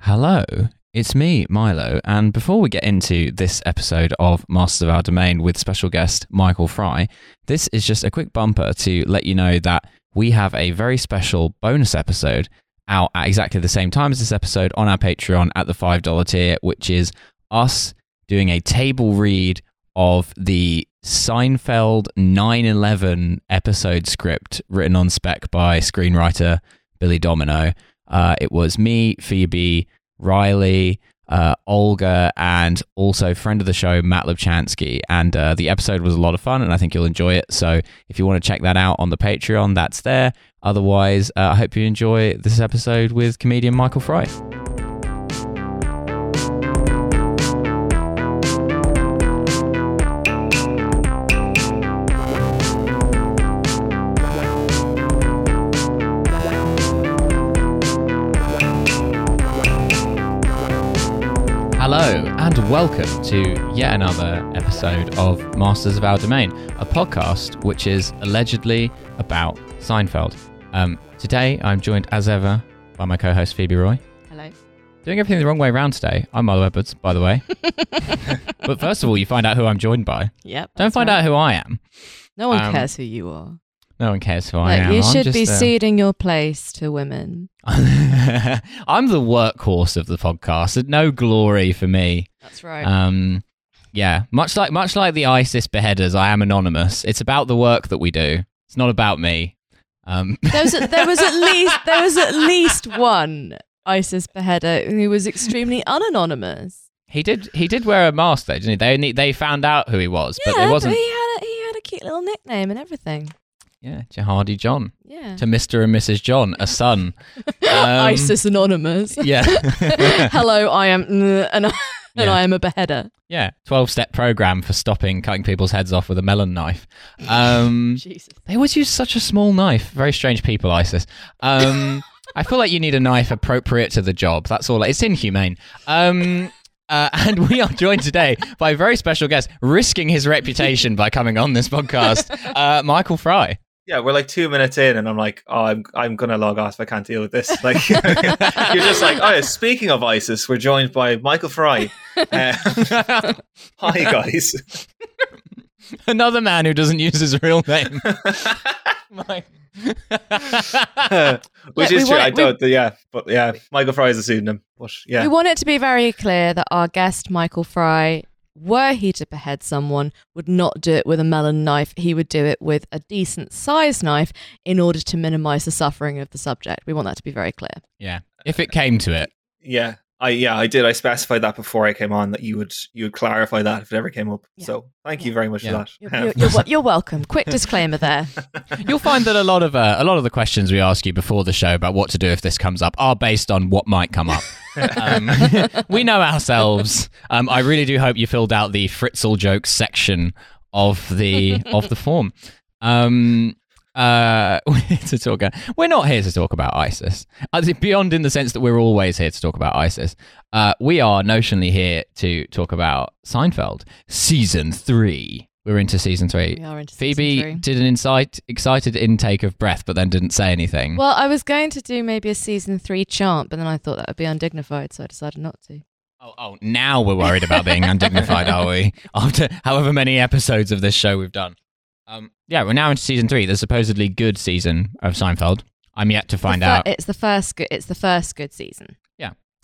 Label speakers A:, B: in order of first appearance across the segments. A: Hello, it's me, Milo. And before we get into this episode of Masters of Our Domain with special guest Michael Fry, this is just a quick bumper to let you know that we have a very special bonus episode out at exactly the same time as this episode on our Patreon at the $5 tier, which is us doing a table read of the Seinfeld 9 11 episode script written on spec by screenwriter Billy Domino. Uh, it was me, Phoebe, Riley, uh, Olga, and also friend of the show, Matt Lubchansky. And uh, the episode was a lot of fun, and I think you'll enjoy it. So if you want to check that out on the Patreon, that's there. Otherwise, uh, I hope you enjoy this episode with comedian Michael Fry. Hello, and welcome to yet another episode of Masters of Our Domain, a podcast which is allegedly about Seinfeld. Um, today, I'm joined as ever by my co host Phoebe Roy.
B: Hello.
A: Doing everything the wrong way around today. I'm Milo Edwards, by the way. but first of all, you find out who I'm joined by.
B: Yep.
A: Don't find out who I am.
B: No one
A: um,
B: cares who you are.
A: No one cares who I
B: Like,
A: am.
B: you
A: I'm
B: should
A: just
B: be
A: a-
B: ceding your place to women.
A: I'm the workhorse of the podcast. No glory for me.
B: That's right.
A: Um, yeah, much like much like the ISIS beheaders, I am anonymous. It's about the work that we do. It's not about me. Um,
B: there, was there was at least there was at least one ISIS beheader who was extremely unanonymous.
A: he did he did wear a mask though, didn't he? They only, they found out who he was, but
B: yeah,
A: it wasn't.
B: but he had a, he had a cute little nickname and everything.
A: Yeah, Jihadi John
B: Yeah.
A: to Mister and Mrs. John, a son. Um,
B: ISIS anonymous.
A: Yeah,
B: Hello, I am mm, and I, and
A: Yeah.
B: I am a beheader.
A: yeah. Twelve step program for stopping cutting people's heads off with a melon knife. Um,
B: Jesus.
A: They always use such a small knife. Very strange people, ISIS. Um, I feel like you need a knife appropriate to the job. That's all. It's inhumane. Um, uh, and we are joined today by a very special guest, risking his reputation by coming on this podcast, uh, Michael Fry.
C: yeah, we're like two minutes in, and I'm like, oh, I'm I'm gonna log off. I can't deal with this. Like, you're just like, oh, yeah, speaking of ISIS, we're joined by Michael Fry. Uh, hi guys.
A: Another man who doesn't use his real name. My-
B: Like,
C: Which
B: we
C: is true.
B: want-
C: I
B: we-
C: don't. Yeah, but yeah, Michael Fry is a pseudonym. But yeah,
B: We want it to be very clear that our guest, Michael Fry, were he to behead someone, would not do it with a melon knife. He would do it with a decent sized knife in order to minimize the suffering of the subject. We want that to be very clear.
A: yeah. If it came to it.
C: yeah, I yeah, I did. I specified that before I came on that you would you would clarify that if it ever came up.
B: Yeah.
C: So thank
B: Yeah.
C: you very much
A: Yeah.
C: for
B: You're,
C: that.
B: you're- you're wel- you're welcome. Quick disclaimer there.
A: You'll find that a lot of uh, a lot of the questions we ask you before the show about what to do if this comes up are based on what might come up. Um, we know ourselves. Um, I really do hope you filled out the Fritzl jokes section of the of the form. Um, uh, we're here to talk. We're not here to talk about ISIS. As in, beyond in the sense that we're always here to talk about ISIS. Uh, we are notionally here to talk about Seinfeld season three. We're into season three.
B: We are into season
A: Phoebe
B: three.
A: did an incite, excited intake of breath, but then didn't say anything.
B: Well, I was going to do maybe a season three chant, but then I thought that would be undignified, so I decided not to.
A: Oh, oh, now we're worried about being undignified, are we? After however many episodes of this show we've done. Um, yeah, we're now into season three, the supposedly good season of Seinfeld. I'm yet to find
B: The fir-
A: out.
B: It's the first. Good, it's the first good season.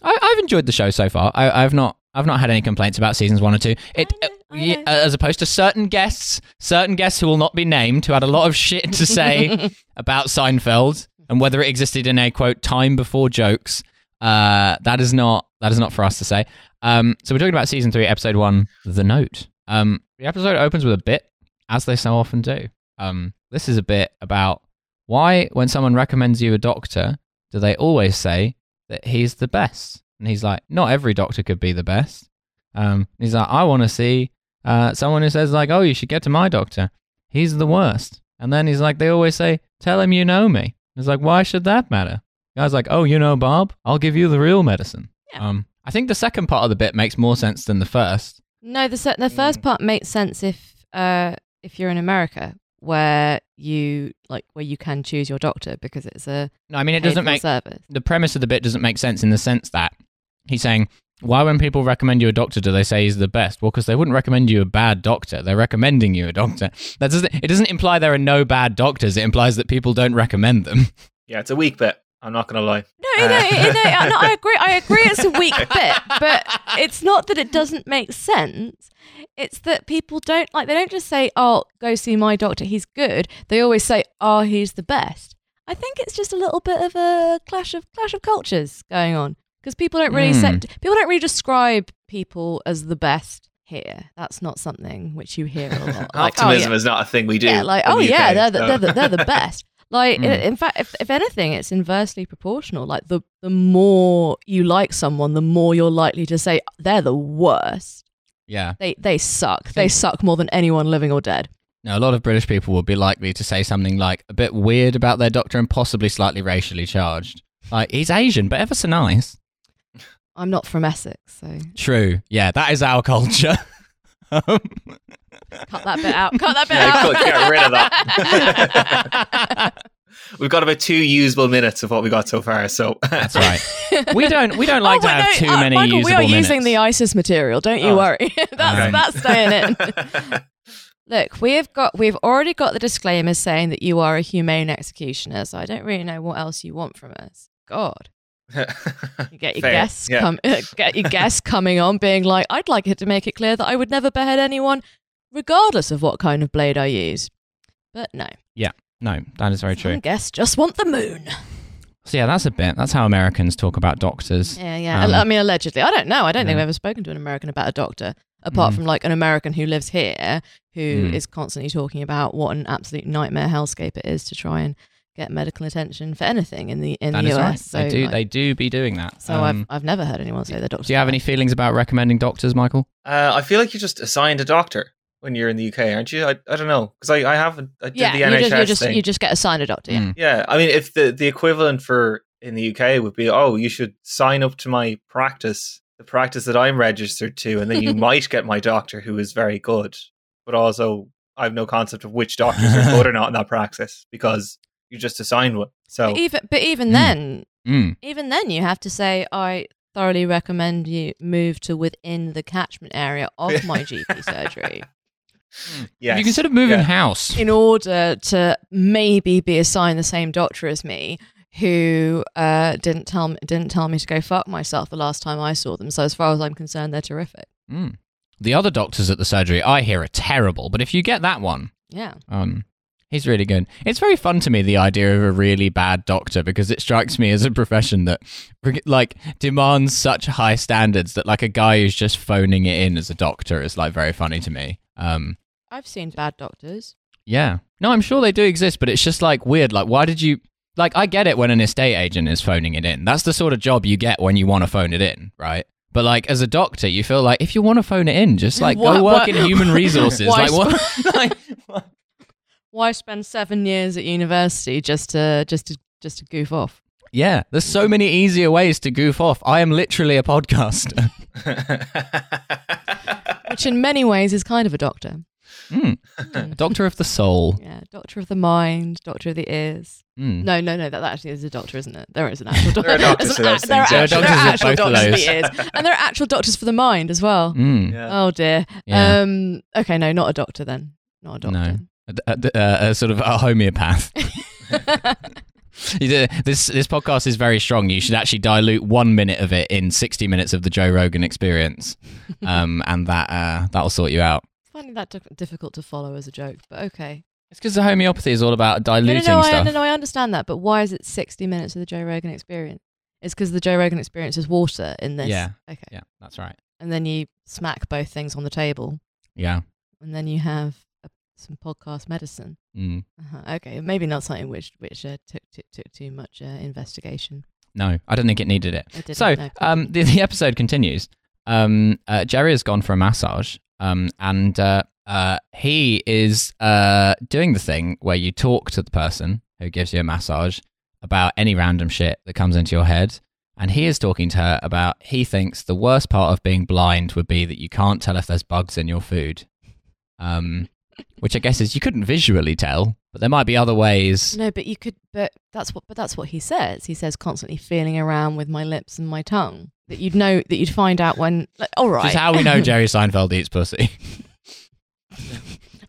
A: I, I've enjoyed the show so far. I, I've not. I've not had any complaints about seasons one or two. It, uh,
B: I know, I
A: yeah,
B: know.
A: as opposed to certain guests, certain guests who will not be named, who had a lot of shit to say about Seinfeld and whether it existed in a quote time before jokes. Uh, that is not that is not for us to say. Um, so we're talking about season three, episode one, the note. Um, the episode opens with a bit, as they so often do. Um, this is a bit about why, when someone recommends you a doctor, do they always say that he's the best? And he's like, not every doctor could be the best. Um, he's like, I want to see uh, someone who says like, oh, you should get to my doctor. He's the worst. And then he's like, they always say, tell him you know me. It's like, why should that matter? guy's like, oh, you know Bob, I'll give you the real medicine.
B: Yeah.
A: Um, I think the second part of the bit makes more sense than the first.
B: No, the se- the
A: Mm.
B: first part makes sense if uh if you're in America where you like where you can choose your doctor because it's a
A: No, I mean it doesn't
B: paid-for
A: make
B: service.
A: the premise of the bit doesn't make sense in the sense that He's saying, why, when people recommend you a doctor, do they say he's the best? Well, because they wouldn't recommend you a bad doctor. They're recommending you a doctor. That doesn't. It doesn't imply there are no bad doctors. It implies that people don't recommend them.
C: Yeah, it's a weak bit. I'm not going to lie.
B: No, no,
C: Uh,
B: no, no, I agree. I agree. It's a weak bit, but it's not that it doesn't make sense. It's that people don't like. They don't just say, "Oh, go see my doctor. He's good." They always say, "Oh, he's the best." I think it's just a little bit of a clash of clash of cultures going on because people don't really
A: Mm.
B: sect- people don't really describe people as the best here. That's not something which you hear a lot. Like, "Oh, yeah."
C: Optimism is not a thing we do.
B: Yeah, like,
C: in
B: oh
C: the UK,
B: yeah, they're the,
C: so-
B: they're, the, they're the best. Like, i
A: Mm.
B: in fact, if, if anything, it's inversely proportional. Like, the, the more you like someone, the more you're likely to say, they're the worst.
A: Yeah.
B: They, they suck. They suck more than anyone living or dead.
A: Now, a lot of British people would be likely to say something like a bit weird about their doctor and possibly slightly racially charged. Like he's Asian, but ever so nice.
B: I'm not from Essex, so
A: True. Yeah, that is our culture.
B: cut that bit out. Cut that bit
C: Yeah,
B: out.
C: good, get rid of that. We've got about two usable minutes of what we got so far. So
A: That's right. We don't. We don't like
B: Oh,
A: to
B: wait,
A: have
B: no,
A: too
B: uh,
A: many
B: Michael,
A: usable
B: we are
A: minutes. Um,
B: using the ISIS material. Don't you
C: Oh.
B: worry. that's,
A: Okay.
B: that's staying in. Look, we have got we've already got the disclaimer saying that you are a humane executioner, so I don't really know what else you want from us. God, you get your
C: Fair,
B: guests
C: yeah.
B: com- get your guests coming on, being like, I'd like it to make it clear that I would never behead anyone, regardless of what kind of blade I use. But no,
A: No, that is very
B: some
A: true.
B: guests just want the moon.
A: So yeah, that's a bit. That's how Americans talk about doctors.
B: Yeah, yeah.
A: Um,
B: I mean, allegedly, I don't know. I don't think
A: yeah.
B: I've ever spoken to an American about a doctor, apart
A: Mm.
B: from like an American who lives here, who is
A: Mm.
B: constantly talking about what an absolute nightmare hellscape it is to try and get medical attention for anything in the in
A: That
B: the
A: is
B: US.
A: right.
B: So,
A: they do.
B: like-
A: they do be doing that.
B: so
A: Um,
B: I've I've never heard anyone say their doctor.
A: do you have any feelings about recommending doctors, Michael?
C: uh, I feel like you're just assigned a doctor when you're in the UK, aren't you? I, I don't know because I, I haven't. I did
B: Yeah,
C: the
B: you
C: NHS
B: just, you just
C: thing.
B: you just get assigned a doctor. Yeah.
A: Mm.
C: Yeah, I mean, if the the equivalent for in the UK would be, oh, you should sign up to my practice, the practice that I'm registered to, and then you might get my doctor, who is very good, but also I have no concept of which doctors are good or not in that practice because you just assigned one. So
B: But even but even
A: Mm.
B: then,
A: Mm.
B: even then, you have to say I thoroughly recommend you move to within the catchment area of my GP surgery.
C: yeah,
A: Have you considered moving
C: Yeah.
A: house?
B: in order to maybe be assigned the same doctor as me who uh, didn't tell me, didn't tell me to go fuck myself the last time I saw them. So as far as I'm concerned, they're terrific.
A: Mm. The other doctors at the surgery I hear are terrible, but if you get that one,
B: Yeah,
A: um, he's really good. It's very fun to me the idea of a really bad doctor because it strikes me as a profession that like demands such high standards that like a guy who's just phoning it in as a doctor is like very funny to me. Um,
B: I've seen bad doctors.
A: yeah. No, I'm sure they do exist, but it's just like weird. Like, why did you? Like, I get it when an estate agent is phoning it in. That's the sort of job you get when you want to phone it in, right? But like, as a doctor, you feel like if you want to phone it in, just like
B: Why-
A: go work
B: why-
A: in human resources.
B: why
A: like, what? like,
B: Why spend seven years at university just to just to just to goof off?
A: yeah, there's so many easier ways to goof off. I am literally a podcaster.
B: Which in many ways is kind of a doctor.
A: Mm.
B: Mm.
A: Doctor of the soul.
B: Yeah, doctor of the mind, doctor of the ears.
A: Mm.
B: No, no, no. That, that actually is a doctor, isn't it? There is an actual doctor.
C: There are doctors for those
B: there are
C: things, yeah.
B: actual,
A: There are doctors
B: there are
A: at both of
B: actual doctors for the ears, and there are actual doctors for the mind as well.
A: Mm.
C: yeah.
B: Oh dear.
A: Yeah.
B: Um. Okay. No, not a doctor then. Not a
A: No.
B: doctor.
A: A, a- uh, a- a sort of a homeopath. You do- this this podcast is very strong. You should actually dilute one minute of it in sixty minutes of the Joe Rogan experience, um, and that uh, that'll sort you out.
B: Finding that dif- difficult to follow as a joke, but okay.
A: It's because the homeopathy is all about
B: No,
A: diluting
B: no, no, I,
A: stuff.
B: no, no, I understand that, but why is it 60 minutes of the Joe Rogan experience? It's because the Joe Rogan experience is water in this.
A: Yeah.
B: Okay.
A: Yeah, that's right.
B: And then you smack both things on the table,
A: Yeah.
B: and then you have a, some podcast medicine.
A: Mm.
B: Uh-huh. Okay. Maybe not something which which uh, took, took took too much uh, investigation.
A: No, I don't think it needed it.
B: I didn't
A: So
B: know.
A: um, the, the episode continues. Um, uh, Jerry has gone for a massage, um, and uh, uh, he is uh, doing the thing where you talk to the person who gives you a massage about any random shit that comes into your head. And he is talking to her about he thinks the worst part of being blind would be that you can't tell if there's bugs in your food. Um, which I guess is you couldn't visually tell, but there might be other ways.
B: No, but you could. But that's what. But that's what he says. He says constantly feeling around with my lips and my tongue. That you'd know. That you'd find out when. Like, all right.
A: Which is how we know Jerry Seinfeld eats pussy.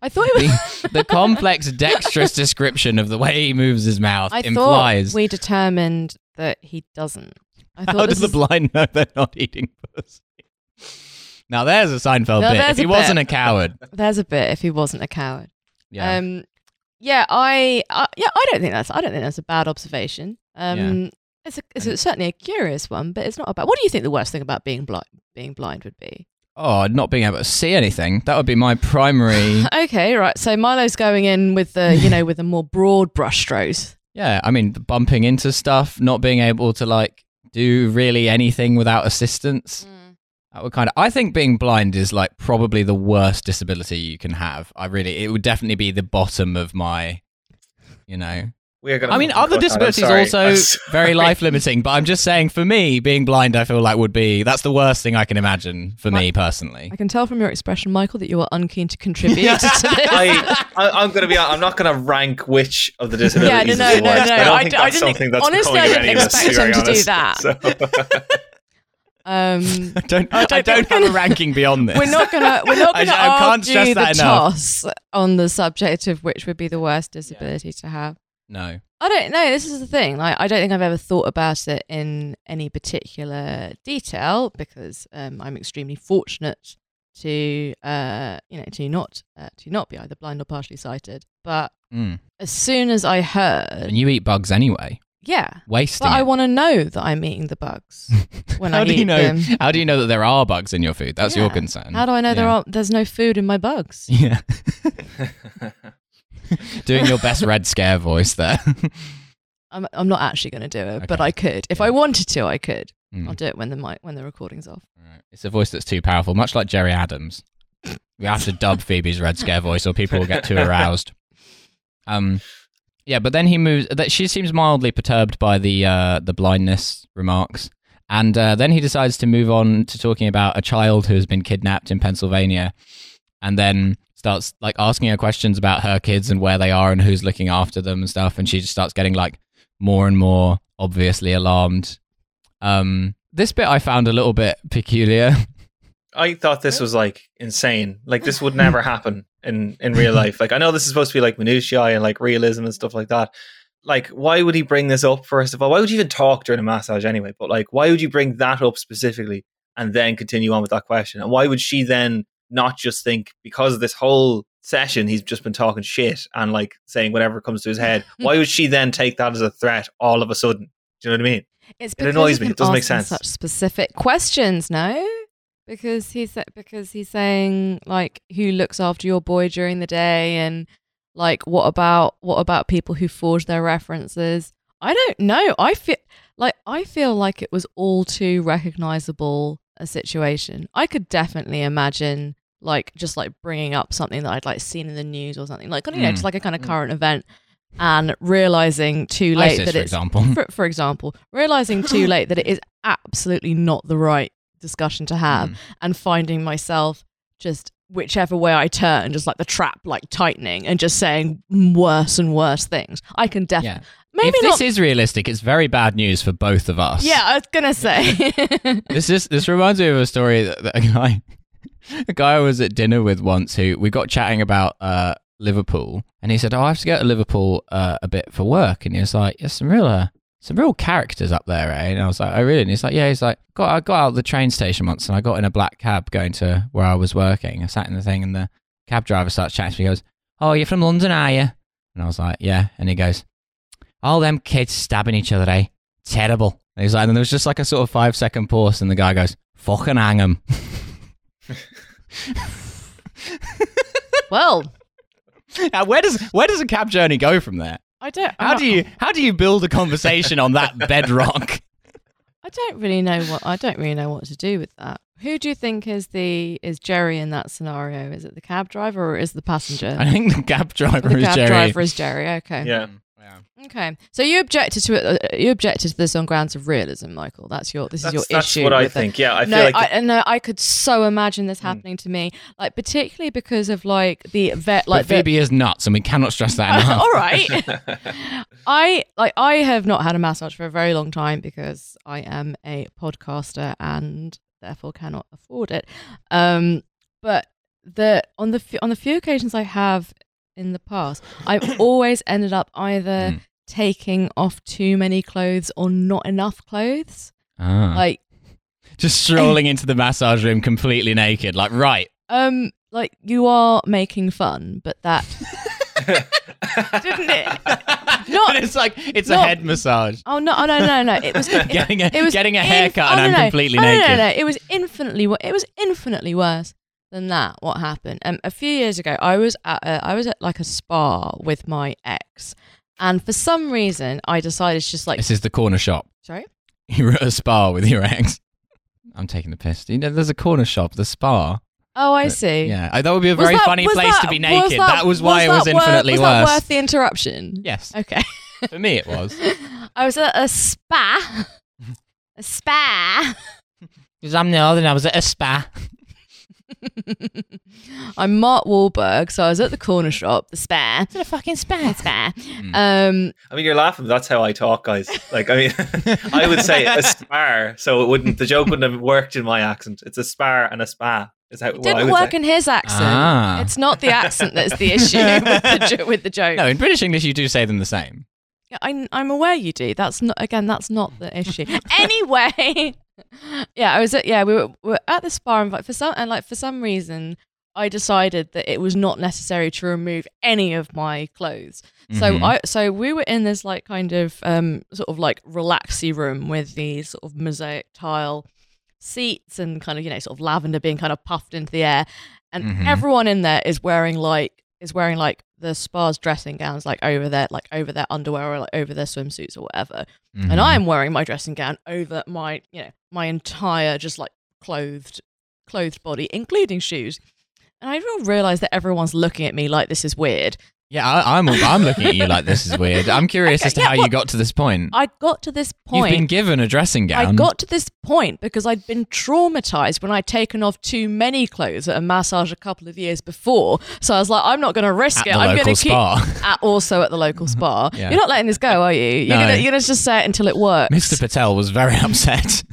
B: I thought it was.
A: The, the complex, dexterous description of the way he moves his mouth
B: I
A: implies.
B: thought we determined that he doesn't. I
A: How
B: thought
A: does
B: this
A: the
B: is,
A: blind know they're not eating pussy? Now there's a Seinfeld
B: Now
A: bit.
B: there's
A: If he
B: a
A: wasn't a coward,
B: there's a bit if he wasn't a coward.
A: yeah.
B: Um, yeah, I, I, yeah, I don't think that's, I don't think that's a bad observation. Um, it's, a, it's a- certainly a curious one, but it's not a bad. What do you think the worst thing about being blind, being blind would be?
A: oh, not being able to see anything. That would be my primary.
B: Okay, right. So Milo's going in with the, you know, with the more broad brushstrokes.
A: yeah, I mean, bumping into stuff, not being able to like do really anything without assistance.
B: Mm.
A: That would kind of. I think being blind is like probably the worst disability you can have. I really, it would definitely be the bottom of my, you know,
C: We are gonna
A: I mean,
C: move on
A: other
C: to that. I'm
A: disabilities
C: sorry.
A: also
C: I'm sorry.
A: very life limiting, but I'm just saying for me, being blind, I feel like would be that's the worst thing I can imagine for me personally.
B: I can tell from your expression, Michael, that you are unkeen to contribute to this.
C: I, I, I'm going to be. I'm not going to rank which of the
B: yeah, no,
C: disabilities.
B: no,
C: is
B: no,
C: the worst.
B: no.
C: I
B: I
C: don't think
B: d- I
C: that's
B: didn't-
C: something that's
B: honestly,
C: becoming
B: I
C: of
B: didn't
C: any of us,
B: expect
C: to be
B: him to do
C: honest.
B: that.
C: So-
B: um,
A: I don't, I
B: I
A: don't,
B: don't think
A: have
B: we're
A: a ranking beyond this.
B: we're not gonna, we're not
A: I
B: gonna
A: sh- I can't
B: argue
A: stress
B: the
A: that enough.
B: toss on the subject of which would be the worst disability to have.
A: no.
B: I don't know. This is the thing. Like, I don't think I've ever thought about it in any particular detail because um, I'm extremely fortunate to, uh, you know, to not uh, to not be either blind or partially sighted. But
A: Mm.
B: as soon as I heard,
A: And you eat bugs anyway,
B: yeah,
A: wasting.
B: but I
A: it.
B: want to know that I'm eating the bugs when
A: how
B: I
A: do
B: eat
A: you know?
B: them.
A: How do you know that there are bugs in your food? That's your
B: Yeah.
A: concern.
B: How do I know there
A: Yeah.
B: are there's no food in my bugs?
A: Yeah, doing your best Red Scare voice there.
B: I'm I'm not actually going to do it, but
A: Okay.
B: I could if I
A: Yeah.
B: wanted to. I could.
A: Mm.
B: I'll do it when the mic when the recording's off.
A: Right. It's a voice that's too powerful, much like Jerry Adams. We have to dub Phoebe's Red Scare voice, or people will get too aroused. Um, yeah, but then he moves. That she seems mildly perturbed by the uh, the blindness remarks, and uh, then he decides to move on to talking about a child who has been kidnapped in Pennsylvania, and then starts like asking her questions about her kids and where they are and who's looking after them and stuff, and she just starts getting like more and more obviously alarmed. Um, this bit I found a little bit peculiar.
C: I thought this was like insane. Like this would never happen in in real life. Like I know this is supposed to be like minutiae and like realism and stuff like that. Like why would he bring this up first of all? Why would you even talk during a massage anyway? But like why would you bring that up specifically and then continue on with that question? And why would she then not just think because of this whole session he's just been talking shit and like saying whatever comes to his head? why would she then take that as a threat all of a sudden? Do you know what I mean?
B: It's
C: It annoys
B: of
C: me.
B: him
C: It doesn't make
B: asking
C: sense.
B: Such specific questions, no? Because he's because he's saying like who looks after your boy during the day and like what about what about people who forge their references? I don't know. I feel like I feel like it was all too recognizable a situation. I could definitely imagine like just like bringing up something that I'd like seen in the news or something like you know
A: Mm.
B: just like a kind of
C: Mm.
B: current event and realizing too late
A: ISIS,
B: that
A: for
B: it's
A: example.
B: for, for example, realizing too late that it is absolutely not the right discussion to have
A: Mm.
B: and finding myself just whichever way I turn, just like the trap like tightening and just saying worse and worse things. I can definitely,
A: Yeah.
B: maybe
A: if
B: not.
A: this is realistic, it's very bad news for both of us.
B: yeah, I was gonna say.
A: This is this reminds me of a story that, that a guy a guy I was at dinner with once who we got chatting about uh, Liverpool and he said, Oh, I have to go to Liverpool uh, a bit for work and he was like, There's some real uh, some real characters up there, eh? And I was like, Oh really? And he's like, Yeah, he's like, Got I got out of the train station once and I got in a black cab going to where I was working. I sat in the thing and the cab driver starts chatting to me, he goes, Oh, you're from London, are you? And I was like, Yeah and he goes, All them kids stabbing each other, eh? terrible. And he's like, and there was just like a sort of five second pause, and the guy goes, fucking hang him.
B: well,
A: Now, where does where does a cab journey go from there?
B: I don't.
A: How do you how do you build a conversation on that bedrock?
B: I don't really know what I don't really know what to do with that. Who do you think is the is Jerry in that scenario? Is it the cab driver or is it the passenger?
A: I think the cab driver
B: the
A: is
B: cab
A: Jerry.
B: driver is Jerry. Okay.
C: Yeah.
A: Yeah.
B: Okay, so you objected to it. uh, You objected to this on grounds of realism, Michael. That's your. This
C: That's,
B: is your
C: that's
B: issue.
C: what I
B: with it.
C: think. Yeah, I feel
B: no,
C: like
B: I
C: the-
B: and no, I could so imagine this
C: Mm.
B: happening to me, like particularly because of like the vet, like
A: but
B: the-
A: Phoebe is nuts, and we cannot stress that enough.
B: all right. I like I have not had a massage for a very long time because I am a podcaster and therefore cannot afford it. Um, but the on the f- on the few occasions I have in the past, I've always ended up either
A: Mm.
B: taking off too many clothes or not enough clothes.
A: Ah.
B: Like
A: just strolling into the massage room completely naked, like right.
B: um like you are making fun, but that didn't it? Not-
A: and it's like it's a
B: not-
A: head massage.
B: Oh no! Oh no! No! No! It was it,
A: Getting a
B: It was
A: getting a
B: inf-
A: haircut,
B: oh,
A: and
B: no,
A: I'm
B: no.
A: completely
B: no,
A: naked.
B: No, no, no. It was infinitely. wo- It was infinitely worse than that. What happened? Um, a few years ago, I was at a, I was at like a spa with my ex, and for some reason, I decided to just like
A: This is the corner shop.
B: sorry.
A: You're at a spa with your ex. I'm taking the piss. You know, there's a corner shop, the spa.
B: Oh, I
A: Uh,
B: see.
A: Yeah, Oh, that would be a
B: Was
A: very
B: that-
A: funny
B: was
A: place
B: that-
A: to be naked. that, was why
B: that
A: it was
B: wor-
A: infinitely
B: was
A: worse.
B: That worth the interruption.
A: yes,
B: Okay.
A: for me it was.
B: I was at a spa. A spa.
A: Because I'm the other, I was at a spa.
B: I'm Mark Wahlberg, so I was at the corner shop, the spa.
A: It's a fucking spa.
B: The
A: Hmm.
B: spa. Um,
C: I mean, you're laughing. But that's how I talk, guys. Like, I mean, I would say a spar, so it wouldn't. The joke wouldn't have worked in my accent. It's a spar and a spa. Is that what I
B: didn't
C: would
B: work
C: say?
B: in his accent.
A: Ah.
B: It's not the accent that's the issue with the, jo- with the joke.
A: No, in British English you do say them the same.
B: Yeah, I, I'm aware you do. That's not again. That's not the issue. anyway, yeah, I was at yeah we were, we were at the spa and like for some and like for some reason I decided that it was not necessary to remove any of my clothes. So
A: Mhm.
B: I so we were in this like kind of um sort of like relaxy room with these sort of mosaic tile seats and kind of you know sort of lavender being kind of puffed into the air and
A: Mhm.
B: everyone in there is wearing like is wearing like the spa's dressing gowns like over their like over their underwear or like over their swimsuits or whatever and
A: Mhm.
B: i'm wearing my dressing gown over my you know my entire just like clothed clothed body including shoes and i don't realize that everyone's looking at me like this is weird
A: yeah, I, I'm I'm looking at you like this is weird. I'm curious
B: Okay,
A: as to
B: yeah,
A: how you
B: what-
A: got to this point.
B: i got to this point
A: You've been given a dressing gown.
B: I got to this point because I'd been traumatized when I'd taken off too many clothes at a massage a couple of years before. So I was like, I'm not going to risk
A: at
B: it.
A: the
B: I'm
A: local
B: going to keep.
A: spa.
B: At also at the local spa.
A: Mm-hmm. Yeah.
B: You're not letting this go, are you? You're
A: No.
B: gonna you're gonna just say it until it works.
A: Mr. Patel was very upset.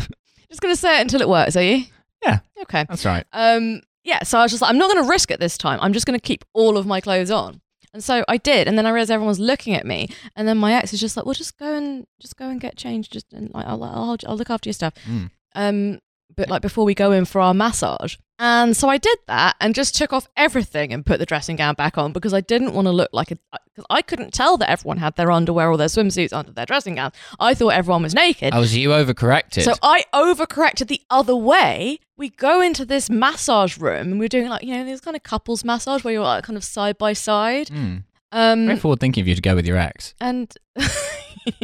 B: Just gonna say it until it works, are you?
A: Yeah.
B: Okay.
A: That's right.
B: Um, yeah, so I was just like, I'm not going to risk it this time. I'm just going to keep all of my clothes on. And so I did, and then I realized everyone was looking at me. And then my ex is just like, "Well, just go and just go and get changed, just and like, I'll, I'll hold- I'll look after your stuff."
A: Mm.
B: Um, but like before we go in for our massage, and so I did that and just took off everything and put the dressing gown back on because I didn't want to look like a because I couldn't tell that everyone had their underwear or their swimsuits under their dressing gown. I thought everyone was naked.
A: I was you overcorrected.
B: So I overcorrected the other way. We go into this massage room and we're doing like, you know, these kind of couples massage where you're like kind of side by side.
A: Mm. Very
B: Um
A: forward thinking of you to go with your ex.
B: and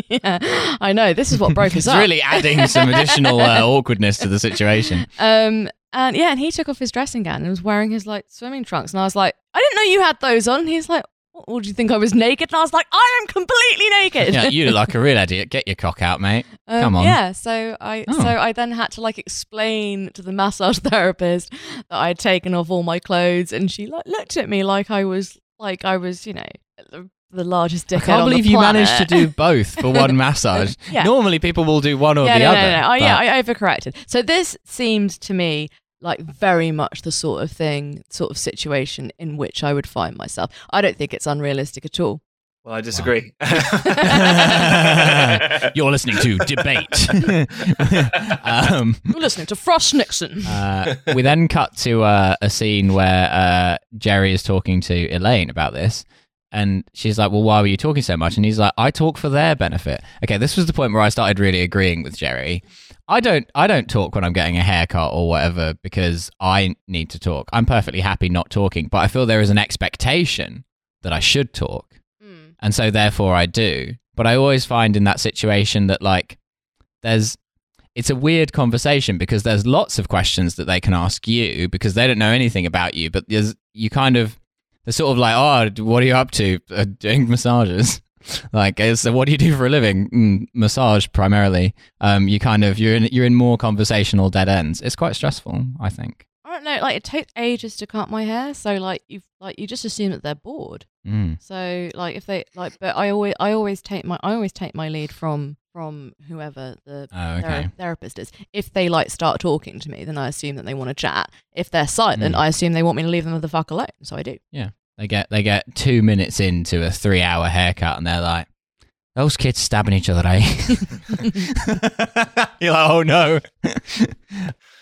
B: yeah, I know this is what broke us
A: It's
B: up.
A: really adding some additional uh, awkwardness to the situation.
B: Um and yeah, and he took off his dressing gown and was wearing his like swimming trunks and I was like, I didn't know you had those on. And he's like, what, what do you think I was naked? And I was like, I am completely naked.
A: Yeah, you look like a real idiot. Get your cock out, mate.
B: Um,
A: Come on.
B: Yeah, so I
A: Oh.
B: so I then had to like explain to the massage therapist that I had taken off all my clothes, and she like looked at me like I was like I was you know the, the largest dickhead.
A: I can't
B: on the
A: believe you managed to
B: planet.
A: do both for one massage.
B: Yeah.
A: Normally, people will do one or
B: yeah,
A: the
B: no,
A: other.
B: no, no, no. I, yeah,
A: but-
B: I overcorrected. So this seemed to me like very much the sort of thing, sort of situation in which I would find myself. I don't think it's unrealistic at all.
C: Well, I disagree.
B: oh,
A: You're listening to debate. um,
B: You're listening to Frost Nixon.
A: uh, we then cut to uh, a scene where uh, Jerry is talking to Elaine about this. And she's like, Well, why were you talking so much? And he's like, I talk for their benefit. Okay, this was the point where I started really agreeing with Jerry. I don't I don't talk when I'm getting a haircut or whatever because I need to talk. I'm perfectly happy not talking, but I feel there is an expectation that I should talk
B: Hmm.
A: and so therefore I do. But I always find in that situation that like there's it's a weird conversation because there's lots of questions that they can ask you because they don't know anything about you, but there's you kind of they're sort of like, oh, d- what are you up to? Uh, doing massages. Like, it's, what do you do for a living? Mm, massage primarily. Um, you kind of you're in you're in more conversational dead ends. It's quite stressful, I think.
B: I don't know. Like it takes ages to cut my hair, so like you like you just assume that they're bored.
A: Mm.
B: So like if they like, but I always I always take my I always take my lead from from whoever the
A: Oh,
B: thera-
A: okay.
B: therapist is. If they like start talking to me, then I assume that they want to chat. If they're silent, I assume they want me to leave them the fuck alone. So I do.
A: They get they get two minutes into a three hour haircut and they're like, "Those kids stabbing each other, eh?" You're like, "Oh no."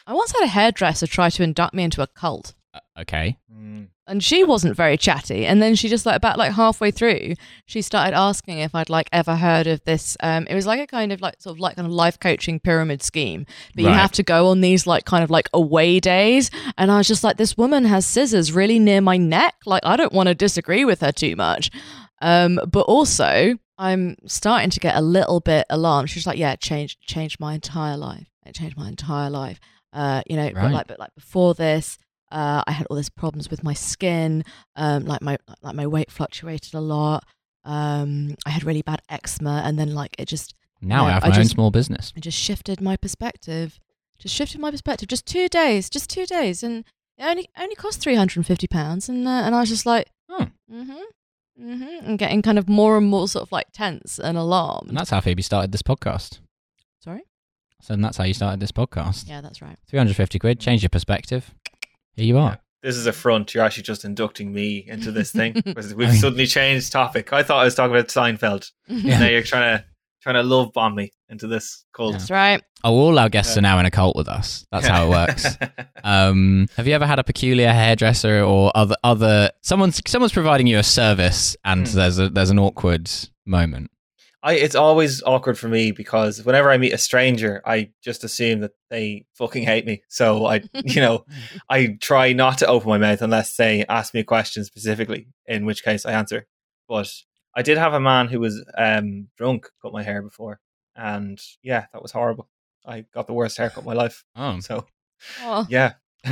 B: I once had a hairdresser try to induct me into a cult.
A: okay.
C: Mm.
B: and she wasn't very chatty and then she just like about like halfway through she started asking if i'd like ever heard of this um it was like a kind of like sort of like kind of life coaching pyramid scheme but you
A: Right.
B: have to go on these like kind of like away days and i was just like this woman has scissors really near my neck like i don't want to disagree with her too much um but also i'm starting to get a little bit alarmed she's like yeah it changed changed my entire life it changed my entire life uh you know but
A: Right.
B: like but like before this uh, I had all these problems with my skin, um, like my like my weight fluctuated a lot. Um, I had really bad eczema, and then like it just
A: Now I
B: No,
A: have
B: I
A: my own
B: just-
A: small business.
B: it just shifted my perspective. Just shifted my perspective. Just two days, just two days, and it only only cost three hundred and fifty pounds, and uh, and I was just like,
A: Hmm.
B: mm-hmm, mm-hmm, and getting kind of more and more sort of like tense and alarmed.
A: And that's how Phoebe started this podcast.
B: Sorry,
A: So that's how you started this podcast.
B: yeah, that's right.
A: 350 quid, change your perspective. Here you are.
C: This is a front. You're actually just inducting me into this thing. 'Cause
A: I
C: We've
A: mean-
C: suddenly changed topic. I thought I was talking about Seinfeld.
A: Yeah.
C: Now you're trying to trying to love bomb me into this cult.
B: That's right.
A: Oh, all our guests are now in a cult with us. That's how it works. Um, have you ever had a peculiar hairdresser or other other someone's someone's providing you a service and
C: Hmm.
A: there's a there's an awkward moment?
C: I it's always awkward for me because whenever I meet a stranger, I just assume that they fucking hate me. So I, you know, I try not to open my mouth unless they ask me a question specifically, in which case I answer. But I did have a man who was um, drunk cut my hair before, and yeah, that was horrible. I got the worst haircut of my life.
A: Oh,
C: So
B: Oh.
C: yeah,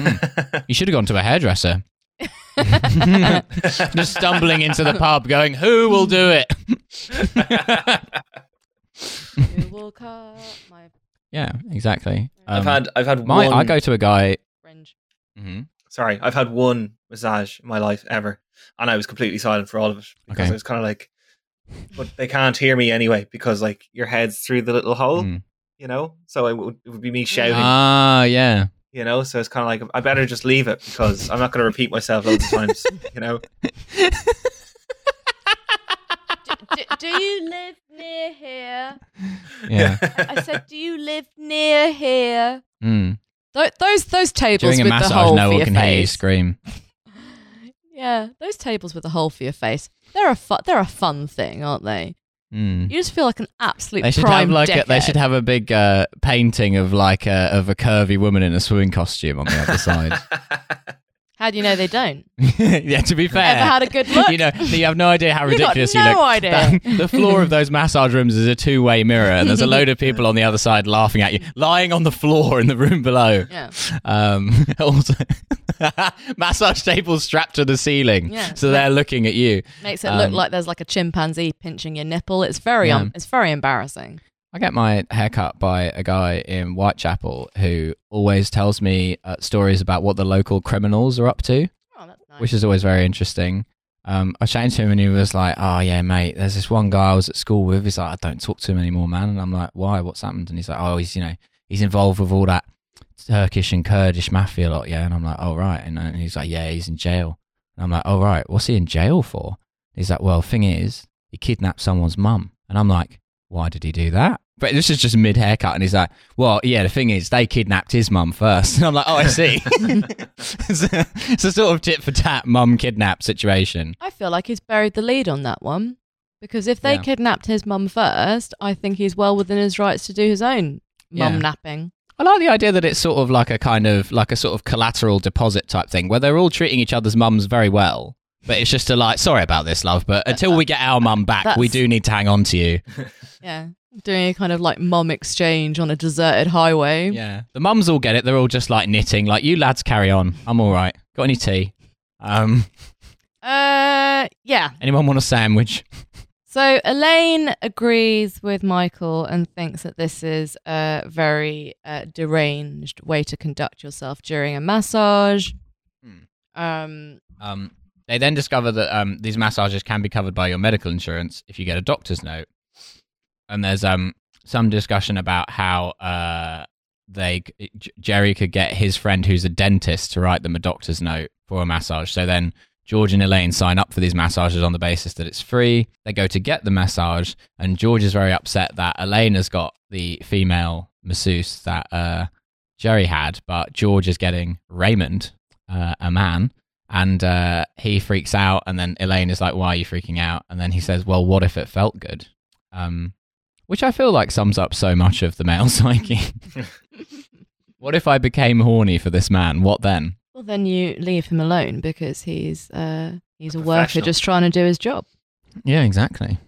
A: you should have gone to a hairdresser. Just stumbling into the pub, going, "Who will do it?"
B: You will cut my
A: yeah, exactly. Um,
C: I've had I've had
A: my.
C: one.
A: I go to a guy.
B: fringe. Mm-hmm.
C: sorry, I've had one massage in my life ever, and I was completely silent for all of it because
A: Okay.
C: I was kind of like, but they can't hear me anyway because like your head's through the little hole,
A: Mm.
C: you know. So it would, it would be me shouting,
A: Ah, yeah.
C: you know. So it's kind of like I better just leave it because I'm not going to repeat myself loads of times, you know.
B: do, do you live near here?
A: Yeah.
B: I said, "Do you live near here?"
A: Mm.
B: Th- those those tables
A: During a
B: with the
A: massage,
B: hole
A: no
B: for
A: one
B: your
A: can hear you
B: face.
A: scream.
B: yeah, those tables with the hole for your face. They're a fu- they're a fun thing, aren't they?
A: Mm.
B: You just feel like an absolute
A: They should
B: prime
A: have like a, they
B: dickhead.
A: should have a big uh, painting of like a, of a curvy woman in a swimming costume on the other side.
B: How do you know they don't?
A: yeah, to be fair,
B: Ever had a good look?
A: you know you have no idea how
B: You got
A: ridiculous you
B: no
A: look.
B: idea.
A: That- the floor of those massage rooms is a two way mirror, and there's a load of people on the other side laughing at you, lying on the floor in the room below.
B: yeah.
A: Um, also, massage tables strapped to the ceiling,
B: Yeah.
A: so they're looking at you.
B: Makes it look
A: Um,
B: like there's like a chimpanzee pinching your nipple. It's very
A: Yeah.
B: um, it's very embarrassing.
A: I get my haircut by a guy in Whitechapel who always tells me uh, stories about what the local criminals are up to,
B: Oh, that's nice.
A: which is always very interesting. Um, I chatted to him and he was like, "Oh yeah, mate. There's this one guy I was at school with. He's like, I don't talk to him anymore, man." And I'm like, "Why? What's happened?" And he's like, "Oh, he's you know, he's involved with all that Turkish and Kurdish mafia lot, yeah." And I'm like, "Oh right." And, and he's like, "Yeah, he's in jail." And I'm like, "Oh right. What's he in jail for?" He's like, "Well, thing is, he kidnapped someone's mum." And I'm like, why did he do that? But this is just mid haircut, and he's like, "Well, yeah, the thing is, they kidnapped his mum first. And I'm like, "Oh, I see." it's, a, it's a sort of tit for tat mum kidnap situation.
B: I feel like he's buried the lead on that one because if they
A: Yeah.
B: kidnapped his mum first, I think he's well within his rights to do his own
A: Yeah.
B: mum napping.
A: I like the idea that it's sort of like a kind of like a sort of collateral deposit type thing where they're all treating each other's mums very well, but it's just a like, "Sorry about this, love, but until we get our mum back, we
B: That's-
A: do need to hang on to you."
B: Yeah. Doing a kind of like mum exchange on a deserted highway.
A: Yeah, the mums all get it. They're all just like knitting, like, "You lads carry on. I'm all right. Got any tea? Um,
B: Uh yeah.
A: anyone want a sandwich?"
B: So Elaine agrees with Michael and thinks that this is a very uh, deranged way to conduct yourself during a massage.
A: Hmm.
B: Um,
A: Um, they then discover that um, these massages can be covered by your medical insurance if you get a doctor's note. And there's um, some discussion about how uh, they J- Jerry could get his friend who's a dentist to write them a doctor's note for a massage. So then George and Elaine sign up for these massages on the basis that it's free. They go to get the massage, and George is very upset that Elaine has got the female masseuse that uh, Jerry had, but George is getting Raymond, uh, a man, and uh, he freaks out. And then Elaine is like, "Why are you freaking out?" And then he says, "Well, what if it felt good?" Um, which I feel like sums up so much of the male psyche. what if I became horny for this man? What then?
B: well, then you leave him alone because he's uh, he's a worker
C: Professional.
B: just trying to do his job.
A: Yeah, exactly.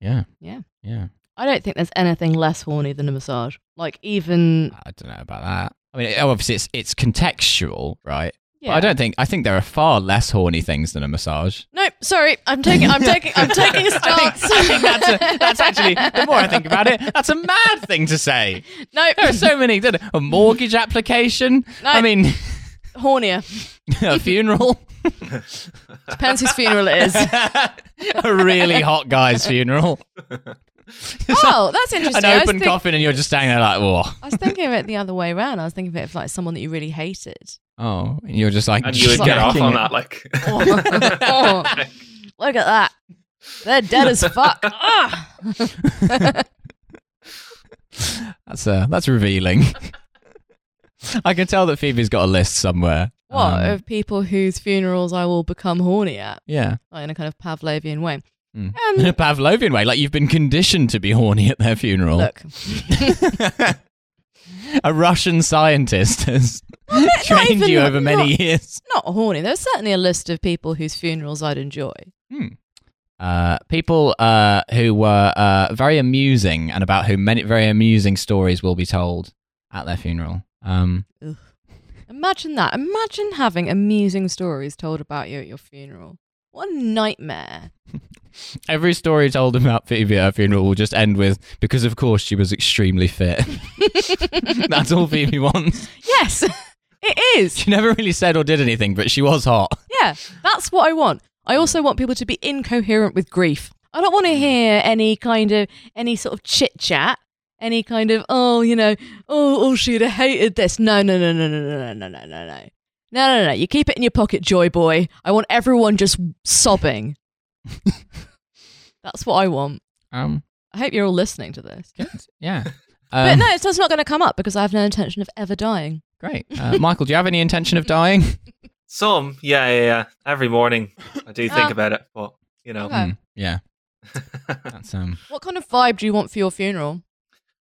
A: Yeah.
B: Yeah.
A: Yeah.
B: I don't think there's anything less horny than a massage. Like even
A: I don't know about that. I mean, it- obviously, it's it's contextual, right?
B: yeah.
A: But I don't think I think there are far less horny things than a massage.
B: No, sorry, I'm taking I'm taking I'm taking a
A: I
B: stance.
A: think, I think that's a, that's actually the more I think about it, that's a mad thing to say.
B: no,
A: There are so many. don't- A mortgage application.
B: No.
A: I mean,
B: hornier.
A: a funeral.
B: Depends whose funeral it is.
A: a really hot guy's funeral.
B: Oh, that's interesting.
A: An
B: I was
A: open
B: think-
A: coffin, and you're just standing there like, whoa.
B: I was thinking of it the other way around. I was thinking of it as like someone that you really hated.
A: Oh, and you're just like,
C: And you would get off on that, like.
B: Oh, oh, look at that. They're dead as fuck. Ah.
A: That's uh, that's revealing. I can tell that Phoebe's got a list somewhere.
B: What Uh,
A: Um,
B: of people whose funerals I will become horny at,
A: yeah.
B: like in a kind of Pavlovian way.
A: Mm.
B: Um,
A: In a Pavlovian way, like you've been conditioned to be horny at their funeral.
B: Look,
A: a Russian scientist has trained
B: even
A: you
B: like-
A: over many years.
B: not horny. There's certainly a list of people whose funerals I'd enjoy.
A: Uh, people uh, who were uh, very amusing and about whom many very amusing stories will be told at their funeral. Um,
B: Imagine that. Imagine having amusing stories told about you at your funeral. What a nightmare.
A: every story told about Phoebe at her funeral will just end with because, of course, she was extremely fit. That's all Phoebe wants.
B: Yes, it is.
A: She never really said or did anything, but she was hot.
B: Yeah, that's what I want. I
A: Hmm.
B: also want people to be incoherent with grief. I don't want to hear any kind of any sort of chit chat, any kind of oh, you know, oh, oh, she'd have hated this. No, no, no, no, no, no, no, no, no, no, no, no, no, no. You keep it in your pocket, joy boy. I want everyone just sobbing. that's what I want.
A: Um,
B: I hope you're all listening to this.
A: yeah.
B: But
A: Um,
B: no, it's just not going to come up because I have no intention of ever dying.
A: Great. Uh, Michael, do you have any intention of dying? Hmm.
C: Some, yeah, yeah, yeah. Every morning, I do think
B: Oh.
C: about it, but you know,
B: Okay.
A: Hmm, yeah. That's um.
B: What kind of vibe do you want for your funeral?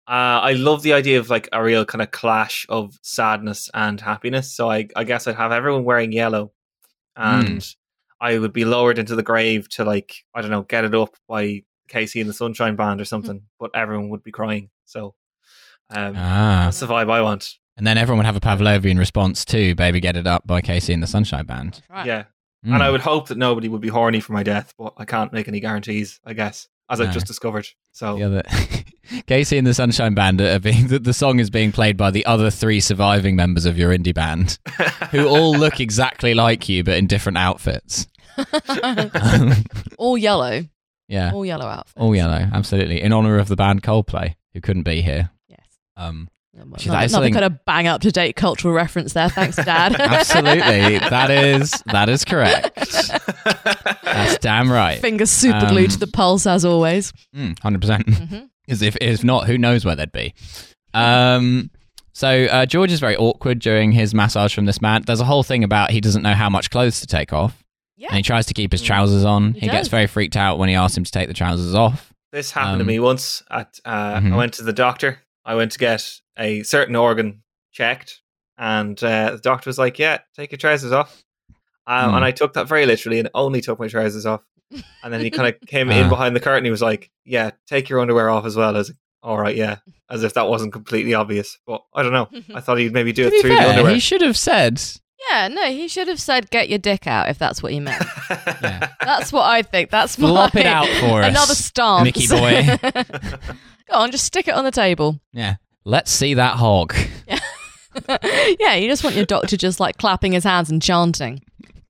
C: uh, I love the idea of like a real kind of clash of sadness and happiness. So I, I guess I'd have everyone wearing yellow, and
A: Hmm.
C: I would be lowered into the grave to like I don't know, get it up by Casey and the Sunshine Band or something. But everyone would be crying. So um,
A: Ah.
C: that's the vibe I want.
A: And then everyone would have a Pavlovian response to "Baby Get It Up" by Casey and the Sunshine Band.
C: Yeah,
A: Hmm.
C: and I would hope that nobody would be horny for my death, but I can't make any guarantees. I guess as
A: No.
C: I've just discovered. So
A: The other Casey and the Sunshine Band are being the, the song is being played by the other three surviving members of your indie band, who all look exactly like you but in different outfits.
B: all yellow,
A: yeah, Oh.
B: all yellow outfits.
A: all yellow, absolutely, in honor of the band Coldplay, who couldn't be here.
B: Yes.
A: Um,
B: No,
A: Which is- that is
B: not, not, not the
A: something-
B: kind of bang up to date cultural reference there. Thanks, Dad.
A: absolutely, that is that is correct. That's damn right. Hmm,
B: Fingers super glued
A: um,
B: to the pulse as always.
A: Hundred percent.
B: Mhm.
A: Because if if not, who knows where they'd be? Um. So uh, George is very awkward during his massage from this man. There's a whole thing about he doesn't know how much clothes to take off,
B: Yeah.
A: and he tries to keep his trousers on. He,
B: He
A: gets
B: does.
A: very freaked out when he asks him to take the trousers off.
C: This happened
A: Um,
C: to me once. At uh,
A: Mhm.
C: I went to the doctor. I went to get a certain organ checked, and uh, the doctor was like, "Yeah, take your trousers off." Um,
A: Hmm.
C: And I took that very literally, and only took my trousers off. And then he kind of came in
A: Ah.
C: behind the curtain. He was like, "Yeah, take your underwear off as well." As all right, yeah, as if that wasn't completely obvious. But I don't know. I thought he'd maybe do
A: To
C: it
A: be
C: through the
A: fair,
C: underwear.
A: he should have said,
B: Yeah, no, he should have said, get your dick out if that's what he meant.
A: Yeah.
B: That's what I think. That's
A: Flop
B: my,
A: it out for us,
B: Another stance,
A: Mickey boy.
B: Go on, just stick it on the table.
A: Yeah. Let's see that hog.
B: yeah, you just want your doctor just like clapping his hands and chanting,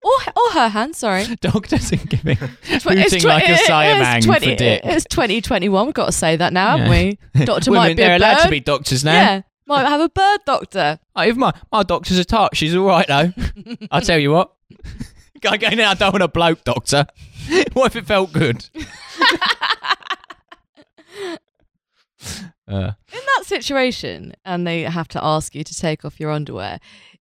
B: or or her hands. Sorry,
A: Dog doesn't give it.
B: Tw-
A: hooting
B: tw-
A: like a
B: it's
A: Siamang
B: 20
A: for dick.
B: It's 2021. We've got to say that now, haven't we? Doctor
A: Women,
B: might be
A: they're
B: a
A: allowed
B: bird.
A: to be doctors now.
B: yeah, might have a bird doctor.
A: Oh, if my, my doctor's a tart, she's all right though. I tell you what, I go now. I don't want a bloke doctor. what if it felt good? uh,
B: In that situation, and they have to ask you to take off your underwear.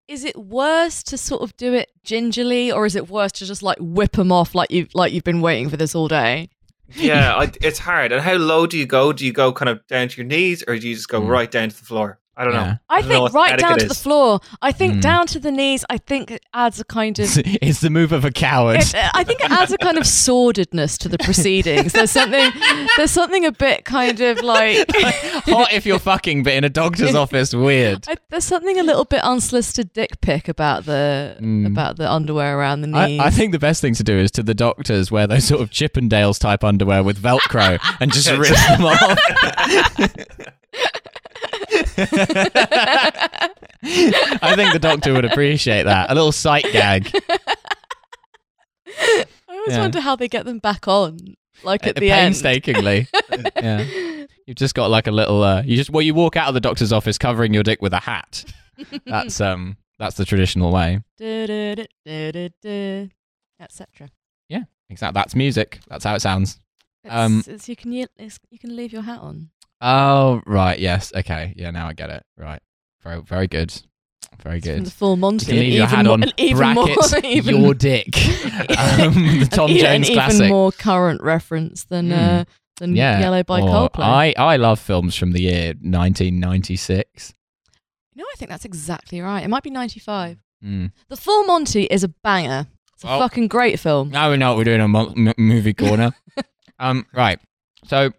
B: Is it worse to sort of do it gingerly, or is it worse to just like whip them off like you've like you've been waiting for this all day?
C: yeah, I, it's hard. And how low do you go? Do you go kind of down to your knees, or do you just go
A: Mm.
C: right down to the floor? I don't
A: Yeah.
C: know.
B: I
C: don't know
B: think
C: what
B: right
C: etiquette
B: down to
C: is. Hmm.
B: the floor. I think
A: Mm.
B: down to the knees. I think it adds a kind of.
A: it's, it's the move of a coward.
B: It, I think it adds a kind of sordidness to the proceedings. There's something. There's something a bit kind of like.
A: Hot if you're fucking, but in a doctor's office, weird.
B: I, there's something a little bit unsolicited dick pic about the
C: Hmm.
A: Mm.
B: about the underwear around the
A: I,
B: knees.
A: I think the best thing to do is to the doctors wear those sort of Chippendales type underwear with Velcro and just rip them off. I think the doctor would appreciate that. A little sight gag.
B: I always
A: Yeah.
B: wonder how they get them back on, like at
A: Uh,
B: the end.
A: painstakingly. yeah. You've just got like a little uh you just well you walk out of the doctor's office covering your dick with a hat. That's um that's the traditional way.
B: Etc.
A: Exactly. That's music. That's how it sounds. Um,
B: you can ye- it's, you can leave your hat on.
A: Oh right, yes. Okay. Yeah, now I get it. Right. Very very good. Very
B: It's From
A: good.
B: the full Monty.
A: You can leave
B: even
A: your hat
B: more,
A: on.
B: Even
A: brackets,
B: more, even,
A: your dick. um, the
B: an
A: Tom
B: e- an
A: Jones classic.
B: even more current reference than
A: Mm.
B: uh, than
A: yeah.
B: Yellow by
A: Or
B: Coldplay.
A: I, I love films from the year 1996.
B: No, I think that's exactly right. It might be ninety five.
A: Mm.
B: The Full Monty is a banger. It's a
A: Well-
B: fucking great film.
A: Now we know what we're doing on mo- m- movie corner. um, right. So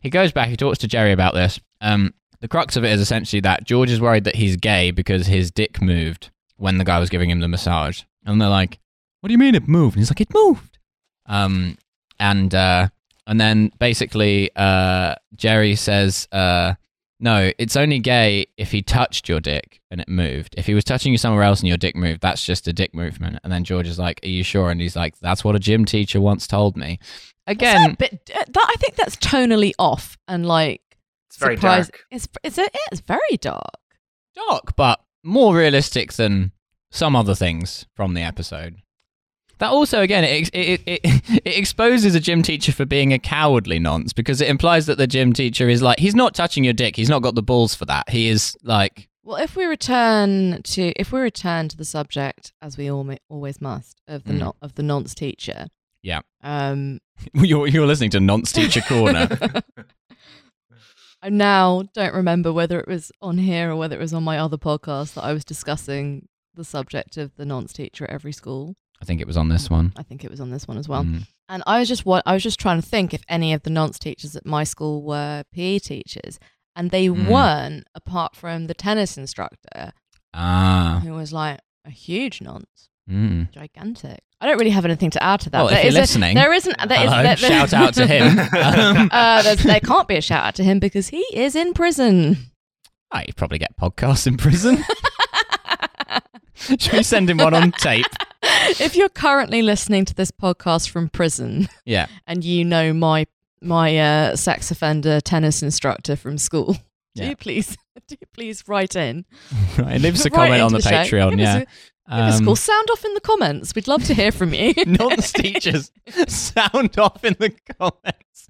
A: he goes back. He talks to Jerry about this. Um, the crux of it is essentially that George is worried that he's gay because his dick moved when the guy was giving him the massage, and they're like, "What do you mean it moved?" And he's like, "It moved." Um, and uh, and then basically, uh, Jerry says, uh, "No, it's only gay if he touched your dick and it moved. If he was touching you somewhere else and your dick moved, that's just a dick movement." And then George is like, "Are you sure?" And he's like, "That's what a gym teacher once told me."
B: Is that
A: Again,
B: a bit, uh, that, I think that's tonally off and like
C: It's very
B: surprise-
C: dark.
B: It's it's a, it's very dark.
A: dark, but more realistic than some other things from the episode. That also, again, it, it, it, it exposes a gym teacher for being a cowardly nonce because it implies that the gym teacher is like, he's not touching your dick. He's not got the balls for that. He is like,
B: Well, if we return to if we return to the subject as we all, always must of the
A: Mm.
B: non, of the nonce teacher.
A: Yeah.
B: Um.
A: you're, you're listening to Nonce Teacher Corner.
B: I now don't remember whether it was on here or whether it was on my other podcast that I was discussing the subject of the nonce teacher at every school.
A: I think it was on this one.
B: I think it was on this one as well.
A: Mm.
B: And I was just wa- I was just trying to think if any of the nonce teachers at my school were PE teachers, and they
A: Mm.
B: weren't, apart from the tennis instructor,
A: Ah.
B: who was like a huge nonce,
A: Mm.
B: gigantic. I don't really have anything to add to that.
A: Well, if
B: There
A: you're
B: is a-
A: listening,
B: there isn't. There is,
A: Hello.
B: there, there-
A: Shout out to him. um,
B: Uh, there's- there can't be a shout out to him because he is in prison.
A: I probably get podcasts in prison. Should we send him one on tape?
B: if you're currently listening to this podcast from prison
A: Yeah.
B: and you know my my uh, sex offender tennis instructor from school, do
A: Yeah.
B: you please do you please write in?
A: Right. Leave us a
B: Write
A: comment on
B: into
A: the,
B: show.
A: Patreon.
B: Give us
A: yeah.
B: a- Give us a
A: Um,
B: call. Sound off in the comments. We'd love to hear from you.
A: nonce teachers sound off in the comments.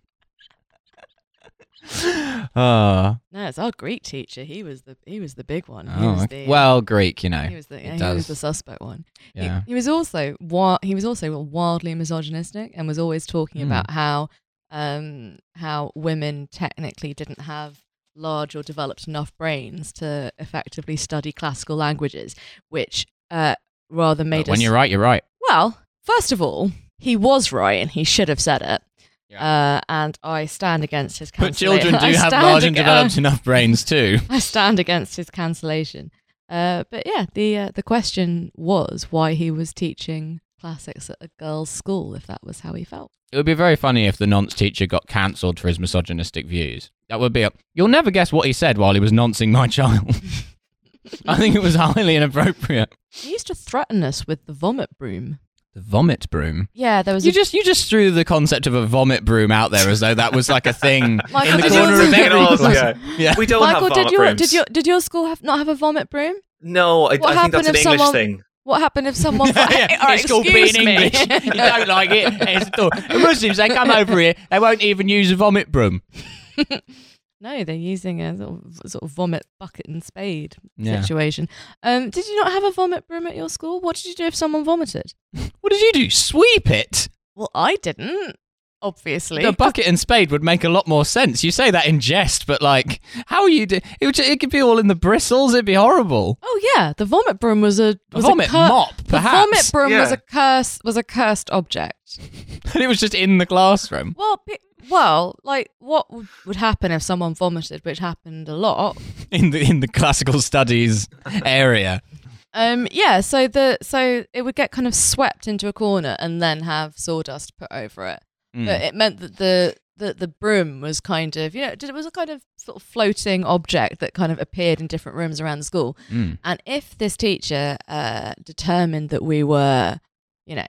A: Ah,
B: no, it's our Greek teacher. He was the he was the big one. He
A: oh,
B: was
A: okay.
B: the,
A: well, Greek, you know.
B: he was the, yeah, he
A: does.
B: was the suspect one. He-
A: yeah.
B: He, was also wi- he was also wildly misogynistic and was always talking
A: Hmm.
B: about how um, how women technically didn't have large or developed enough brains to effectively study classical languages, which uh, rather made
A: But when
B: us
A: you're right, you're right.
B: well, first of all, he was right and he should have said it.
A: Yeah.
B: Uh, and I stand against his
A: But
B: cancellation.
A: children do
B: I
A: have
B: stand
A: large and
B: ag-
A: developed enough brains too.
B: I stand against his cancellation. Uh, but yeah, the uh, the question was why he was teaching classics at a girls' school if that was how he felt.
A: It would be very funny if the nonce teacher got cancelled for his misogynistic views. That would be a. You'll never guess what he said while he was noncing my child. I think it was highly inappropriate.
B: He used to threaten us with the vomit broom.
A: The vomit broom.
B: Yeah, there was
A: You
B: a
A: just you just threw the concept of a vomit broom out there as though that was like a thing
B: Michael,
A: in the
B: did
A: corner
B: yours-
A: of
B: Did
A: every
C: yours-
A: class.
C: yeah.
A: yeah.
C: We don't
B: Michael,
C: have
B: did
C: vomit
B: your
C: brooms.
B: did your did your school have not have a vomit broom?
C: No,
B: What
C: I, I think
B: happened
C: that's an
B: if
C: English
B: someone-
C: thing.
B: What happened if someone?
A: yeah,
B: All right,
A: it's called
B: excuse
A: being English.
B: me.
A: you don't like it. It's the door. The Muslims, they come over here, they won't even use a vomit broom.
B: no, they're using a sort of, sort of vomit bucket and spade
A: Yeah.
B: situation. Um, did you not have a vomit broom at your school? What did you do if someone vomited?
A: What did you do? Sweep it.
B: Well, I didn't. Obviously,
A: The bucket and spade would make a lot more sense. You say that in jest, but like, how you do? It, would, ju- it could be all in the bristles. It'd be horrible.
B: Oh yeah, the vomit broom was a
A: A
B: was
A: vomit
B: a cur-
A: mop,
B: The vomit
A: perhaps,
B: broom was
C: Yeah.
B: a curse was a cursed object.
A: and it was just in the classroom.
B: Well, pe- well, like what would, would happen if someone vomited, which happened a lot.
A: in the in the classical studies area.
B: Um, yeah, so the so it would get kind of swept into a corner and then have sawdust put over it.
A: Hmm.
B: But it meant that the the, the broom was kind of you know it was a kind of sort of floating object that kind of appeared in different rooms around the school.
A: Mm.
B: And if this teacher uh, determined that we were, you know,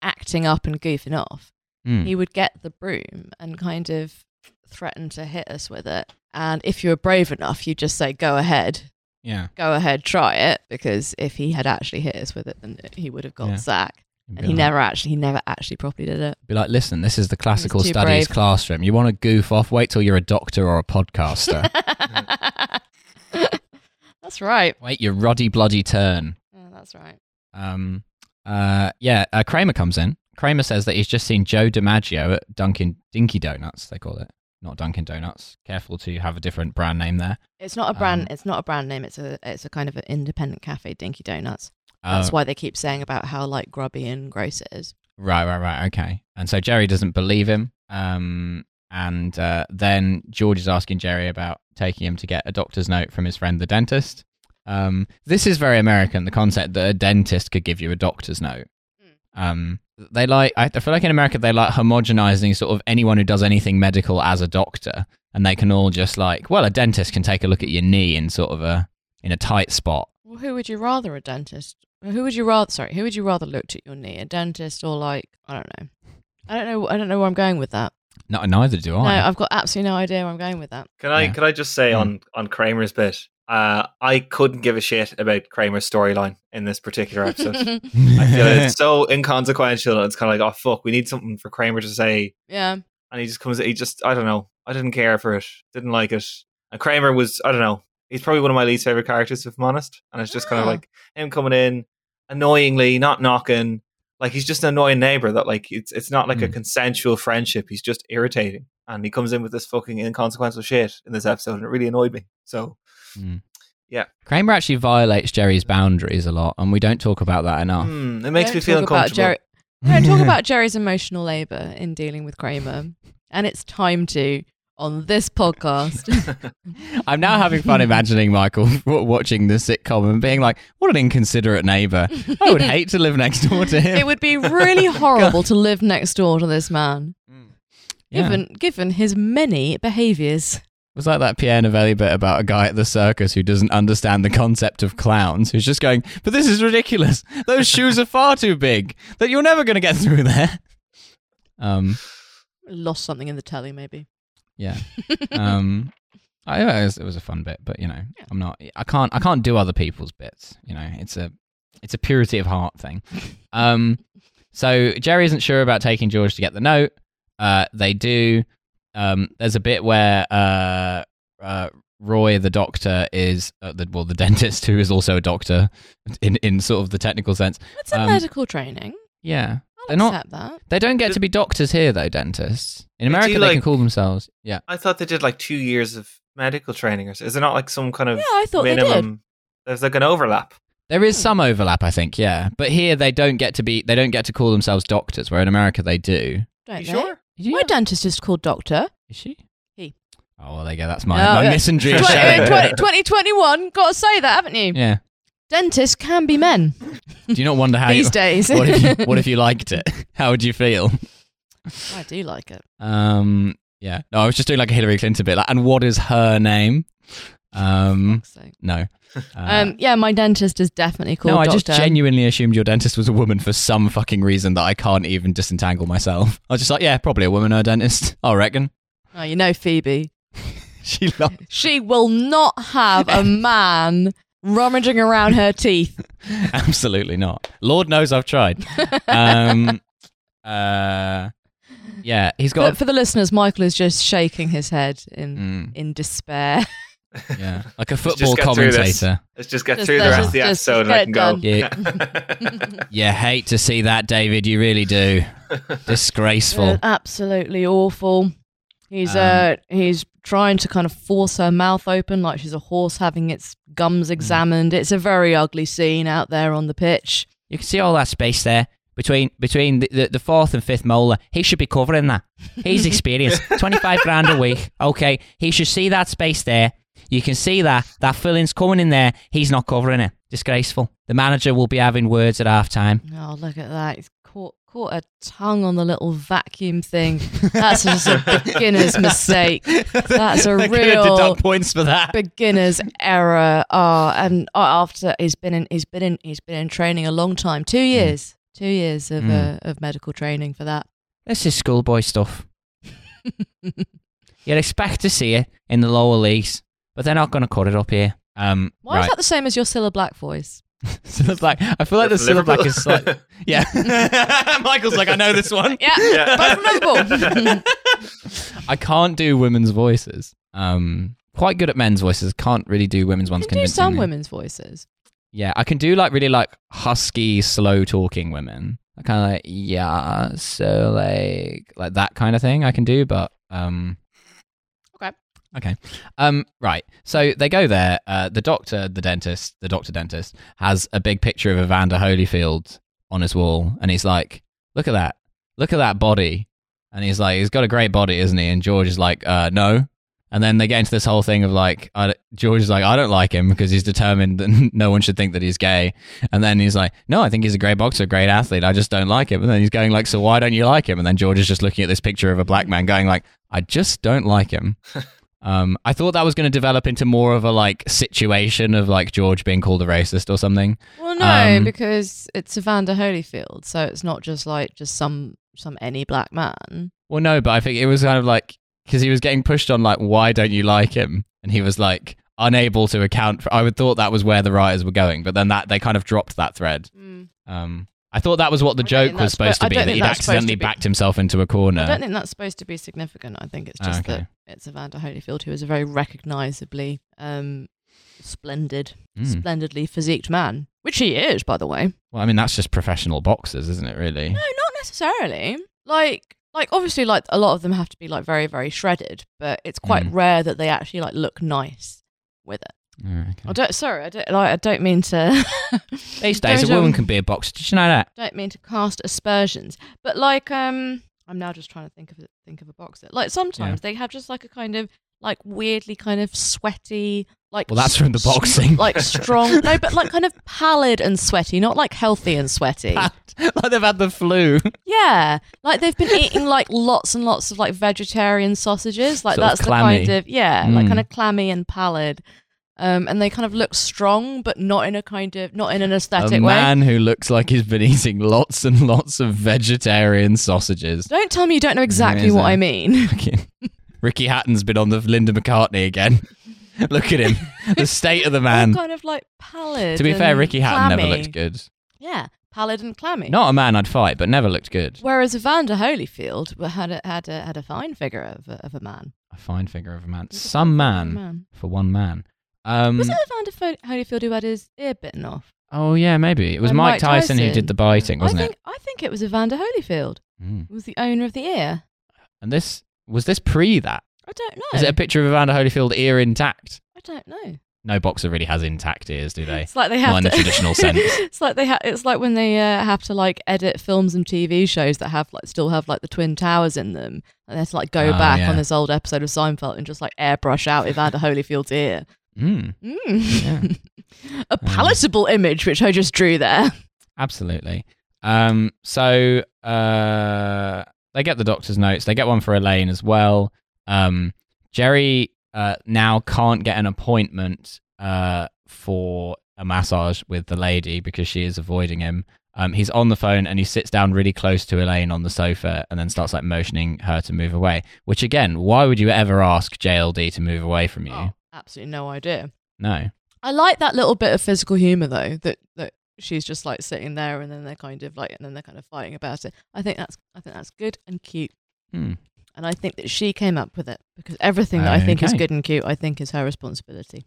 B: acting up and goofing off,
A: Mm.
B: he would get the broom and kind of threaten to hit us with it. And if you were brave enough, you'd just say, go ahead,
A: Yeah,
B: go ahead, try it. Because if he had actually hit us with it, then he would have got
A: Yeah.
B: sacked.
A: It'd
B: And
A: be
B: he
A: like-
B: never actually, he never actually properly did it.
A: be like, listen, this is the classical
B: too
A: studies
B: brave."
A: classroom. You want to goof off? Wait till you're a doctor or a podcaster.
B: that's right.
A: Wait your roddy bloody turn.
B: Yeah, that's right.
A: Um, uh, yeah, uh, Kramer comes in. Kramer says that he's just seen Joe DiMaggio at Dunkin' Dinky Donuts. They call it not Dunkin' Donuts. Careful to have a different brand name there.
B: It's not a brand.
A: Um,
B: it's not a brand name. It's a. It's a kind of an independent cafe, Dinky Donuts. That's
C: Uh,
A: Oh,
B: why they keep saying about how like grubby and gross it is.
A: Right, right, right. Okay. And so Jerry doesn't believe him. Um, and uh, then George is asking Jerry about taking him to get a doctor's note from his friend, the dentist. Um, this is very American, the concept that a dentist could give you a doctor's note. Um, they like, I I feel like in America, they like homogenizing sort of anyone who does anything medical as a doctor. And they can all just like, well, a dentist can take a look at your knee in sort of a, in a tight spot.
B: Well, who would you rather a dentist? Who would you rather? Sorry, who would you rather looked at your knee, a dentist or like I don't know. I don't know. I don't know where I'm going with that.
A: No, neither do
B: No,
A: I.
B: I've got absolutely no idea where I'm going with that.
C: Can I
A: Yeah.
C: can I just say
A: Hmm.
C: on on Kramer's bit? Uh, I couldn't give a shit about Kramer's storyline in this particular episode. I feel it's so inconsequential. and It's kind of like, oh fuck, we need something for Kramer to say,
B: yeah,
C: and he just comes. He just, I don't know. I didn't care for it. Didn't like it. And Kramer was, I don't know. He's probably one of my least favorite characters, if I'm honest. And it's just kind of
B: Ah.
C: like him coming in annoyingly, not knocking. Like he's just an annoying neighbor. That like it's it's not like a
A: Hmm.
C: consensual friendship. He's just irritating, and he comes in with this fucking inconsequential shit in this episode, and it really annoyed me. So
A: Kramer actually violates Jerry's boundaries a lot, and we don't talk about that enough.
C: hmm, it makes
B: Don't
C: me feel
B: talk about
C: uncomfortable.
B: Jerry- Mm. Don't talk about Jerry's emotional labor in dealing with Kramer, and it's time to on this podcast.
A: I'm now having fun imagining Michael w- watching the sitcom and being like, "What an inconsiderate neighbor! I would hate to live next door to him."
B: it would be really horrible to live next door to this man,
A: Yeah.
B: given given his many behaviours.
A: It was like that Pierre Novelli bit about a guy at the circus who doesn't understand the concept of clowns, who's just going, "But this is ridiculous! Those shoes are far too big. That you're never going to get through there." Um,
B: Lost something in the telly, maybe.
A: Yeah. Um, I, it, was, it was a fun bit, but you know, I'm not. I can't. I can't do other people's bits. You know, it's a it's a purity of heart thing. Um, so Jerry isn't sure about taking George to get the note. Uh, they do. Um, there's a bit where uh, uh, Roy, the doctor, is uh, the, well, the dentist who is also a doctor in in sort of the technical sense.
B: It's a
A: Um,
B: medical training.
A: Yeah,
B: I'll
A: they're not-
B: accept that.
A: they don't get to be doctors here though. Dentists in
C: They do,
A: America, they can
C: like-
A: call themselves. Yeah.
C: I thought they did like two years of medical training, or so. is there not like some kind of
B: Yeah, I thought they did.
C: minimum? There's like an overlap.
A: There is
B: Hmm.
A: some overlap, I think, yeah. But here they don't get to be they don't get to call themselves doctors, where in America they do.
B: Don't
C: you
B: they?
C: sure?
A: You
B: My dentist is called Doctor.
A: Is she?
B: He.
A: Oh well there you go, that's my,
B: Oh,
A: my
B: yeah. uh,
A: misandry
C: Twenty-
A: showing.
C: twenty-
B: 2021, gotta say that, haven't you?
A: Yeah.
B: Dentists can be men.
A: Do you not wonder how you,
B: These days.
A: what if you what if you liked it? How would you feel?
B: I do like it.
A: Um, yeah. No, I was just doing like a Hillary Clinton bit. Like, and what is her name? Um,
B: So,
A: no. Uh,
B: um, yeah, my dentist is definitely called
A: no, I
B: Doctor.
A: just genuinely assumed your dentist was a woman for some fucking reason that I can't even disentangle myself. I was just like, yeah, probably a woman, her dentist. I reckon.
B: Oh, you know Phoebe.
A: She lo-
B: She will not have a man rummaging around her teeth.
A: absolutely not. Lord knows I've tried. Um, uh, yeah, he's got.
B: But for the listeners, Michael is just shaking his head in
A: a, Mm,
B: in despair.
A: yeah, like a
C: just
A: football
C: get through this.
A: commentator.
C: Let's just get
B: Just-
C: through the
B: let's
C: rest of the
B: just-
C: episode and I can go.
B: just
A: Yeah, You hate to see that, David. You really do. Disgraceful.
B: Uh, absolutely awful. He's
A: Um,
B: uh he's trying to kind of force her mouth open like she's a horse having its
A: Hmm.
B: gums examined. It's a very ugly scene out there on the pitch.
A: You can see all that space there between between the, the, the fourth and fifth molar. He should be covering that. He's experienced. Twenty five grand a week. Okay, he should see that space there. You can see that that filling's coming in there. He's not covering it. Disgraceful. The manager will be having words at half time.
B: Oh, look at that. He's caught caught a tongue on the little vacuum thing. That's just a beginner's mistake. That's a real
A: points for that.
B: beginner's error. Oh, and oh, after he's been in, he's been in, he's been in training a long time. Two
A: Hmm.
B: years, two years of
A: Mm.
B: uh, of medical training for that.
A: This is schoolboy stuff. You'd expect to see it in the lower leagues, but they're not going to cut it up here. Um,
B: Why
A: right.
B: is that the same as your Cilla Black voice?
A: Cilla Black. I feel like the Cilla Black is like, yeah. Michael's like, I know this one.
B: Yeah,
C: Yeah.
B: both memorable.
A: I can't do women's voices. Um, quite good at men's voices. Can't really do women's ones.
B: you can do some
A: convincingly.
B: women's voices.
A: Yeah, I can do like really like husky, slow talking women. I kind of like yeah, so like like that kind of thing I can do, but um.
B: Okay.
A: Okay. Um, right. So they go there. Uh, the doctor, the dentist, the doctor dentist has a big picture of Evander Holyfield on his wall, and he's like, "Look at that! Look at that body!" And he's like, "He's got a great body, isn't he?" And George is like, uh, "No." And then they get into this whole thing of like, I, George is like, "I don't like him because he's determined that no one should think that he's gay." And then he's like, "No, I think he's a great boxer, great athlete. I just don't like him." And then he's going like, "So why don't you like him?" And then George is just looking at this picture of a black man, going like, "I just don't like him." Um, I thought that was going to develop into more of a like situation of like George being called a racist or something.
B: Well, no,
A: Um,
B: because it's Evander Holyfield, so it's not just like just some some any black man.
A: Well, no, but I think it was kind of like because he was getting pushed on like, why don't you like him? And he was like unable to account for. I would thought that was where the writers were going, but then that they kind of dropped that thread.
B: Mm.
A: Um, I thought that was what the
B: I don't think
A: joke was
B: that's
A: supposed
B: spo- I
A: to be
B: don't
A: that
B: think
A: he'd
B: that's supposed to
A: accidentally
B: be-
A: backed himself into a
B: I don't
A: corner.
B: think that's supposed to be significant. I think it's
A: Ah,
B: just
A: okay.
B: that it's Evander Holyfield, who is a very recognisably um, splendid,
A: Mm.
B: splendidly physiqued man, which he is, by the way. No,
A: Well, I mean that's just professional boxers, isn't it? Really?
B: not necessarily. Like, like obviously, like a lot of them have to be like very, very shredded, but it's quite
A: Mm.
B: rare that they actually like look nice with it.
A: Oh, okay.
B: I don't. Sorry, I don't. Like, I don't mean to.
A: These days, a
B: don't, um,
A: woman can be a boxer. Did you know that?
B: don't mean to cast aspersions, but like um, I'm now just trying to think of think of a boxer. Like sometimes they have just like a kind of like weirdly kind of sweaty like
A: Well, that's from the
B: s-
A: boxing.
B: like strong no, but like kind of pallid and sweaty, not like healthy and sweaty.
A: like they've had the flu.
B: yeah, like they've been eating like lots and lots of like vegetarian sausages. Like
A: Sort of
B: that's the
A: clammy.
B: kind of yeah, like
A: Mm.
B: kind of clammy and pallid. Um, and they kind of look strong, but not in a kind of not in an aesthetic
A: a
B: way.
A: man who looks like he's been eating lots and lots of vegetarian sausages.
B: Don't tell me you don't know exactly what I mean.
A: Fucking- Ricky Hatton's been on the Linda McCartney again. Look at him, the state of the man.
B: all kind of like pallid.
A: to be fair,
B: and
A: Ricky Hatton never
B: Oh clammy.
A: looked good.
B: Yeah, pallid and clammy.
A: Not a man I'd fight, but never looked good.
B: Whereas Evander Holyfield w- had a, had a, had a fine figure of a, of a man.
A: A fine figure of a man.
B: He's a
A: Some
B: Fine
A: man
B: man.
A: for one man. Um,
B: Was it Evander Fo- Holyfield who had his ear bitten off?
A: oh yeah, maybe it was
B: By
A: Mike,
B: Mike
A: Tyson, who
B: Tyson?
A: did the biting, wasn't
B: I think I think it was Evander Holyfield.
A: it? Mm.
B: who Was the owner of the ear?
A: And this was this pre that.
B: I don't know.
A: Is it a picture of Evander Holyfield ear intact?
B: I don't know.
A: No boxer really has intact ears, do they?
B: It's like they have
A: Well, in
B: to-
A: the traditional sense.
B: it's like they ha- it's like when they uh, have to like edit films and TV shows that have like still have like the twin towers in them, and they have to like go
A: Ah,
B: back
A: yeah.
B: on this old episode of Seinfeld and just like airbrush out Evander Holyfield's ear.
A: Mm.
B: Mm. a palatable image which I just drew there.
A: Absolutely. Um, so uh, they get the doctor's notes. They get one for Elaine as well. Um, Jerry uh, now can't get an appointment uh, for a massage with the lady because she is avoiding him. Um, he's on the phone and he sits down really close to Elaine on the sofa and then starts like motioning her to move away. Which again, why would you ever ask JLD to move away from you?
B: Oh, absolutely no idea.
A: No.
B: I like that little bit of physical humor though. That that she's just like sitting there, and then they're kind of like, and then they're kind of fighting about it. I think that's I think that's good and cute.
A: Hmm.
B: And I think that she came up with it because everything that I think is
A: Okay.
B: good and cute, I think is her responsibility.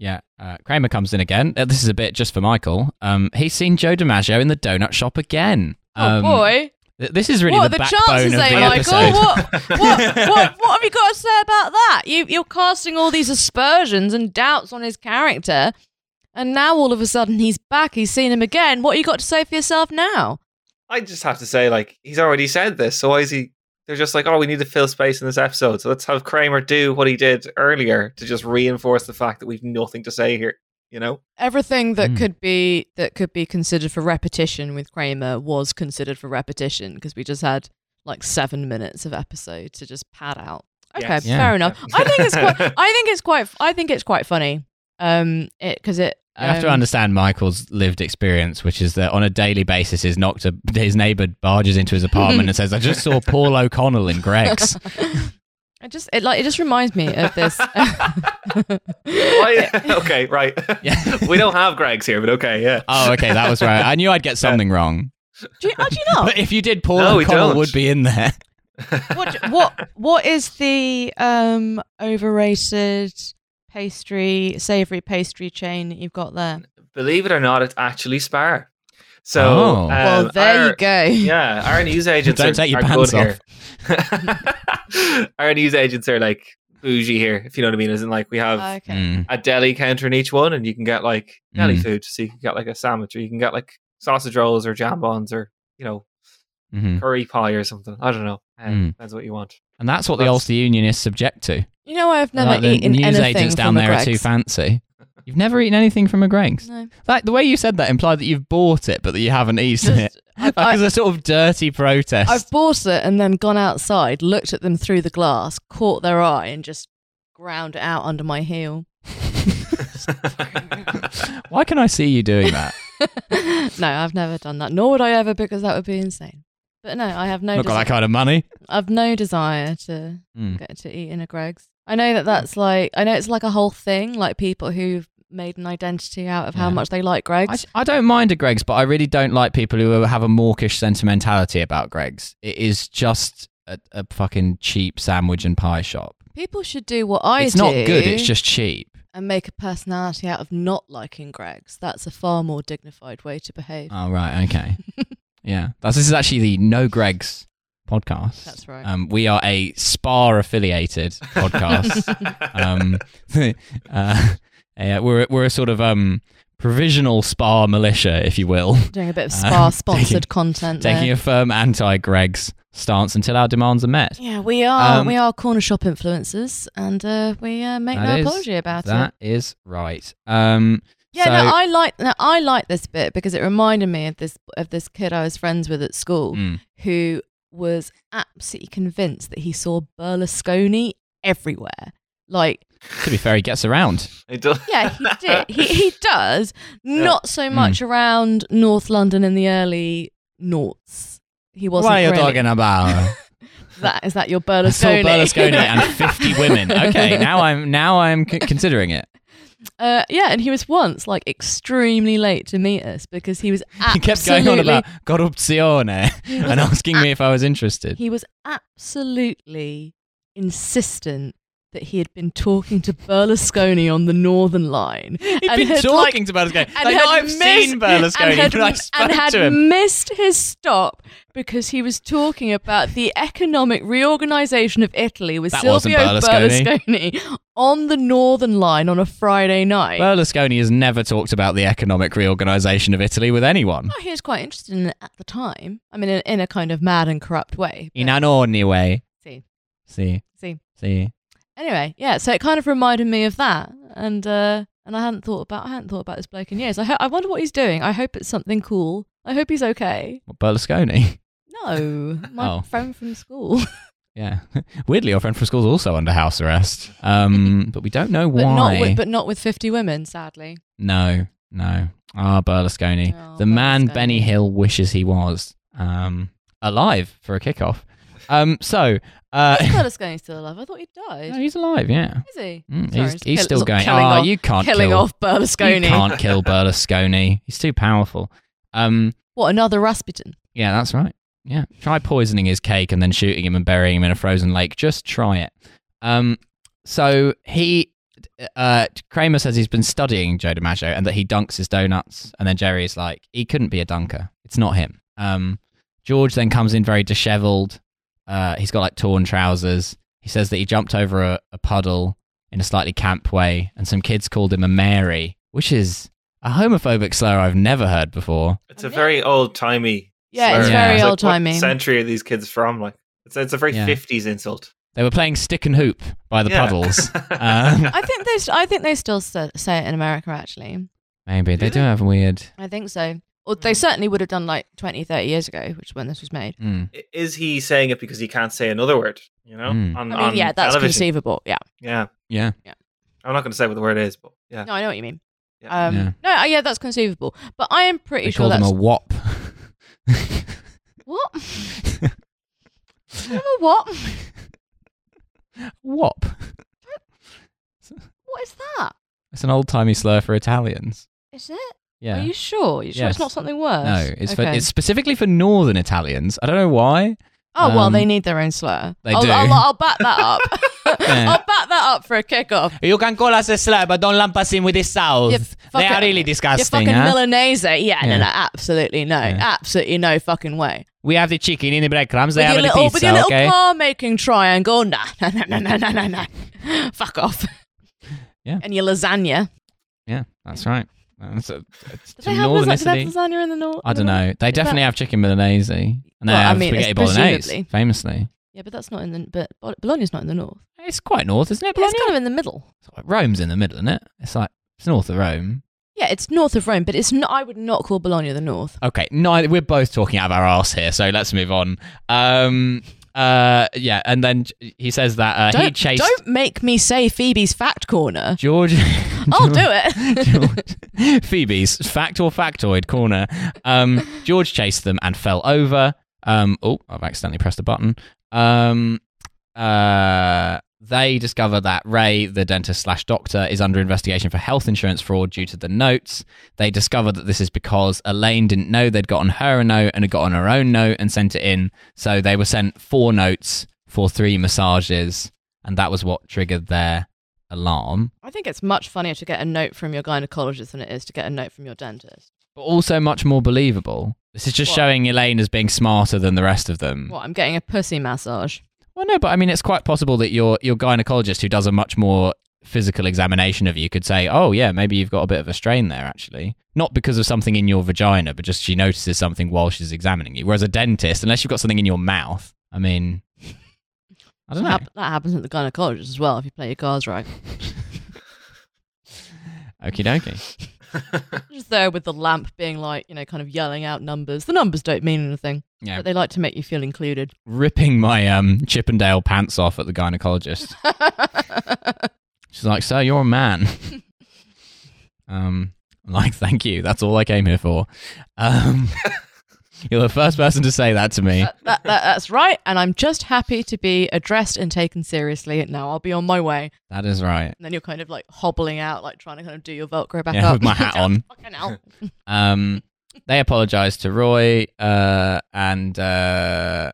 A: Yeah, uh, Kramer comes in again. Uh, This is a bit just for Michael. Um, he's seen Joe DiMaggio in the donut shop again.
B: Oh
A: Um,
B: boy!
A: th- this is really
B: what
A: the,
B: are the
A: backbone
B: chances,
A: of
B: eh,
A: the
B: Michael?
A: episode.
B: What, what, what, what have you got to say about that? You, you're casting all these aspersions and doubts on his character, and now all of a sudden he's back. He's seen him again. What you got to say for yourself now?
C: I just have to say, like, he's already said this, so why is he? They're just like, oh, we need to fill space in this episode, so let's have Kramer do what he did earlier to just reinforce the fact that we've nothing to say here. You know,
B: Everything that
A: Hmm.
B: could be that could be considered for repetition with Kramer was considered for repetition because we just had like seven minutes of episode to just pad out. Okay,
C: Yes.
A: Yeah.
B: fair enough. I think it's quite. I think it's quite. I think it's quite funny. Um, it because it.
A: You have to
B: um,
A: understand Michael's lived experience, which is that on a daily basis, his knocked a, his neighbor barges into his apartment and says, "I just saw Paul O'Connell in Greg's."
B: It just it like it just reminds me of this.
C: Why- okay, right.
A: Yeah.
C: we don't have Greg's here, but okay, yeah.
A: Oh, okay, that was right. I knew I'd get something wrong.
B: do, you, oh, do you know
A: But if you did, Paul
C: No, we
A: O'Connell
C: don't.
A: would be in there.
B: what what what is the um overrated pastry savory pastry chain that you've got there?
C: Believe it or not, it's actually Spar. So,
A: Oh.
C: um,
B: well, there
C: our-
B: you go.
C: Yeah, our news agents
A: Don't
C: are,
A: take your
C: are
A: pants
C: good here. our news agents are like bougie here, if you know what I mean. Isn't like we have
B: Okay.
A: Mm.
C: a deli counter in each one, and you can get like deli
A: Mm.
C: food. So you can get like a sandwich, or you can get like sausage rolls, or jambons, or you know
A: Mhm.
C: curry pie or something. I don't know. Um,
A: Mm.
C: That's what you want.
A: And that's what the
C: That's-
A: Ulster Union is subject to.
B: You know I've never
A: Like, the
B: eaten
A: news
B: anything
A: agents down
B: from
A: there
B: a
A: are too
B: Greggs.
A: fancy. You've never eaten anything from a Greg's.
B: No,
A: Like the way you said that implied that you've bought it, but that you haven't eaten it.
B: just, I,
A: Like
B: I,
A: it's a sort of dirty protest.
B: I've bought it and then gone outside, looked at them through the glass, caught their eye, and just ground it out under my heel.
A: Why can I see you doing that?
B: no, I've never done that. Nor would I ever, because that would be insane. But no, I have no.
A: Not got
B: desire-
A: that kind of money.
B: I've no desire to
A: Mm.
B: get to eat in a Greg's. I know that that's like I know it's like a whole thing. Like people who've made an identity out of how
A: Yeah.
B: much they like
A: I,
B: Greg's.
A: I don't mind a Greg's, but I really don't like people who have a mawkish sentimentality about Greg's. It is just a, a fucking cheap sandwich and pie shop.
B: people should do what I
A: it's
B: do.
A: not good. It's just cheap.
B: and make a personality out of not liking Greg's. That's a far more dignified way to behave.
A: Oh right, okay, yeah. That's, this is actually the No Greg's podcast.
B: That's right.
A: Um, we are a Spar affiliated podcast. um, uh, yeah, we're we're a sort of um provisional Spar militia, if you will.
B: Doing a bit of
A: Uh,
B: spa sponsored
A: taking-
B: content.
A: taking
B: there.
A: a firm anti-Greg's stance until our demands are met.
B: yeah, we are
A: Um,
B: we are corner shop influencers, and uh, we uh, make
A: That
B: no
A: is-
B: apology about it.
A: That is right. Um,
B: Yeah,
A: So-
B: no, I like no, I like this bit because it reminded me of this of this kid I was friends with at school
A: mm.
B: who was absolutely convinced that he saw Berlusconi everywhere. Like,
A: to be fair, he gets around.
C: It does-
B: yeah, he did. he, he does not so much around North London in the early noughts. He wasn't.
A: what are you
B: really-
A: talking about?
B: That is that your
A: I saw
B: Berlusconi?
A: Berlusconi and fifty women. Okay, now I'm now I'm c- considering it.
B: Uh, yeah, and he was once like extremely late to meet us because he was
A: He
B: absolutely
A: kept going on about corruzione and asking me if I was interested.
B: He was absolutely insistent that he had been talking to Berlusconi on the Northern Line.
A: He'd
B: and
A: been
B: had,
A: talking to Berlusconi.
B: and
A: Like,
B: had
A: I've
B: missed-
A: seen Berlusconi,
B: and had,
A: but I spoke
B: and had
A: to him.
B: missed his stop because he was talking about the economic reorganisation of Italy with
A: That
B: Silvio
A: wasn't Berlusconi.
B: Berlusconi on the Northern Line on a Friday night.
A: Berlusconi has never talked about the economic reorganisation of Italy with anyone.
B: Oh, he was quite interested in it at the time. I mean, in, in a kind of mad and corrupt way.
A: In
B: but-
A: an ordinary way.
B: See,
A: See,
B: see.
A: see.
B: anyway, yeah, so it kind of reminded me of that, and uh, and I hadn't thought about I hadn't thought about this bloke in years. I ho- I wonder what he's doing. I hope it's something cool. I hope he's okay.
A: What, Berlusconi.
B: No, my
A: Oh.
B: friend from school,
A: Yeah. Weirdly, our friend from school's also under house arrest. Um, but we don't know
B: but
A: why.
B: not with, but not with fifty women, sadly.
A: no, no. Ah, Berlusconi.
B: Oh,
A: the man
B: Berlusconi.
A: Benny Hill wishes he was um, alive for a kickoff. Um, so, uh,
B: Is Berlusconi still alive? I thought he died.
A: no, he's alive, yeah.
B: Is he?
A: Mm,
B: Sorry,
A: he's
B: just
A: he's
B: kill-
A: still
B: look,
A: going.
B: killing
A: Ah,
B: off-
A: you can't
B: Killing
A: kill.
B: off Berlusconi.
A: You can't kill Berlusconi. He's too powerful. Um,
B: What another Rasputin?
A: yeah, that's right. Yeah, try poisoning his cake and then shooting him and burying him in a frozen lake. Just try it. Um, so he, uh, Kramer says he's been studying Joe DiMaggio and that he dunks his donuts. And then Jerry's like, he couldn't be a dunker. It's not him. Um, George then comes in very dishevelled. Uh, he's got like torn trousers. He says that he jumped over a, a puddle in a slightly camp way, and some kids called him a Mary, which is a homophobic slur I've never heard before.
C: It's a very old timey.
B: Yeah, it's
A: Sorry. Yeah.
B: very
A: It's
B: old timey.
C: century are these kids from? Like, it's, it's a very
A: Yeah.
C: 50s insult.
A: They were playing stick and hoop by the
C: Yeah.
A: puddles. Um,
B: I think they. st- I think they still s- say it in America. Actually,
A: Maybe they
C: Do
A: do
C: they?
A: have weird.
B: I think so. Or they
C: Mm.
B: certainly would have done like 20, 30 years ago, which is when this was made.
A: Mm.
C: I- Is he saying it because he can't say another word? You know,
A: Mm.
C: on,
B: I
C: on
B: mean, yeah, that's
C: television.
B: conceivable. Yeah.
C: Yeah,
A: Yeah,
C: I'm not going to say what the word is, but yeah,
B: No, I know what you mean.
C: Yeah.
B: Um,
A: Yeah.
B: No, uh, yeah, that's conceivable. But I am pretty
A: they
B: sure
A: called him
B: that's
A: a wop.
B: what. what?
A: wop.
B: What is that?
A: It's an old timey slur for Italians.
B: Is it?
A: Yeah.
B: Are you sure? You sure
A: Yes.
B: it's not something worse?
A: no, it's for,
B: Okay.
A: it's specifically for Northern Italians. I don't know why.
B: Oh well,
A: um,
B: they need their own slur.
A: they
B: I'll,
A: do.
B: I'll, I'll back that up.
A: Yeah.
B: I'll back that up for a kickoff.
A: You can call us a slur, but don't lump us in with this south.
B: You fucking- You're fucking Milanese. Yeah,
A: Yeah.
B: no, no, absolutely no.
A: Yeah.
B: Absolutely no fucking way.
A: We have the chicken in the breadcrumbs.
B: with your little, with your little car making triangle. Nah, nah, nah, nah, nah, nah, nah, nah. Fuck off.
A: Yeah.
B: And your lasagna.
A: Yeah, that's right. That's a, it's
B: Do
A: to
B: they, have lasagna? do they
A: Northernicity.
B: have lasagna in the north?
A: I don't know. They
B: Is
A: definitely have chicken bolognese, and they
B: Well, I
A: have
B: mean, it's
A: spaghetti bolognese,
B: presumably.
A: famously.
B: Yeah, but that's not in the. But Bol- Bologna's not in the north.
A: It's quite north, isn't it?
B: But
A: Bologna?
B: it's kind of in the middle.
A: It's like Rome's in the middle, isn't it? It's like it's north of Rome.
B: Yeah, it's north of Rome, but it's not. I would not call Bologna the north.
A: Okay, neither we're both talking out of our ass here, so let's move on. Um, uh, yeah, and then j- he says that uh, he
B: Don't,
A: chased
B: don't make me say Phoebe's fact corner.
A: George.
B: I'll do it.
A: George, Phoebe's fact or factoid corner. Um, George chased them and fell over. Um, oh, I've accidentally pressed a button. Um, uh, they discover that Ray, the dentist slash doctor, is under investigation for health insurance fraud due to the notes. They discover that this is because Elaine didn't know they'd gotten her a note and had gotten her own note and sent it in. So they were sent four notes for three massages, and that was what triggered their alarm.
B: I think it's much funnier to get a note from your gynecologist than it is to get a note from your dentist.
A: but also much more believable. This is just
B: What?
A: showing Elaine as being smarter than the rest of them.
B: What? I'm getting a pussy massage.
A: Well, no, but I mean, it's quite possible that your your gynecologist, who does a much more physical examination of you, could say, "Oh, yeah, maybe you've got a bit of a strain there, actually." Not because of something in your vagina, but just she notices something while she's examining you. Whereas a dentist, unless you've got something in your mouth, I mean, I don't
B: That,
A: know.
B: hap- that happens at the gynecologist as well if you play your cards right.
A: Okie dokie.
B: Just there with the lamp being like, you know, kind of yelling out numbers. The numbers don't mean anything,
A: Yeah,
B: but they like to make you feel included.
A: ripping my um Chippendale pants off at the gynecologist. She's like, "Sir, you're a man." um, I'm like, "Thank you. That's all I came here for." Um, you're the first person to say that to me.
B: that, that, that's right. And I'm just happy to be addressed and taken seriously. Now I'll be on my way.
A: That is right.
B: And then you're kind of like hobbling out, like trying to kind of do your Velcro back
A: Yeah,
B: up.
A: with my hat on.
B: Fucking hell.
A: Um, they apologise to Roy, uh, and uh,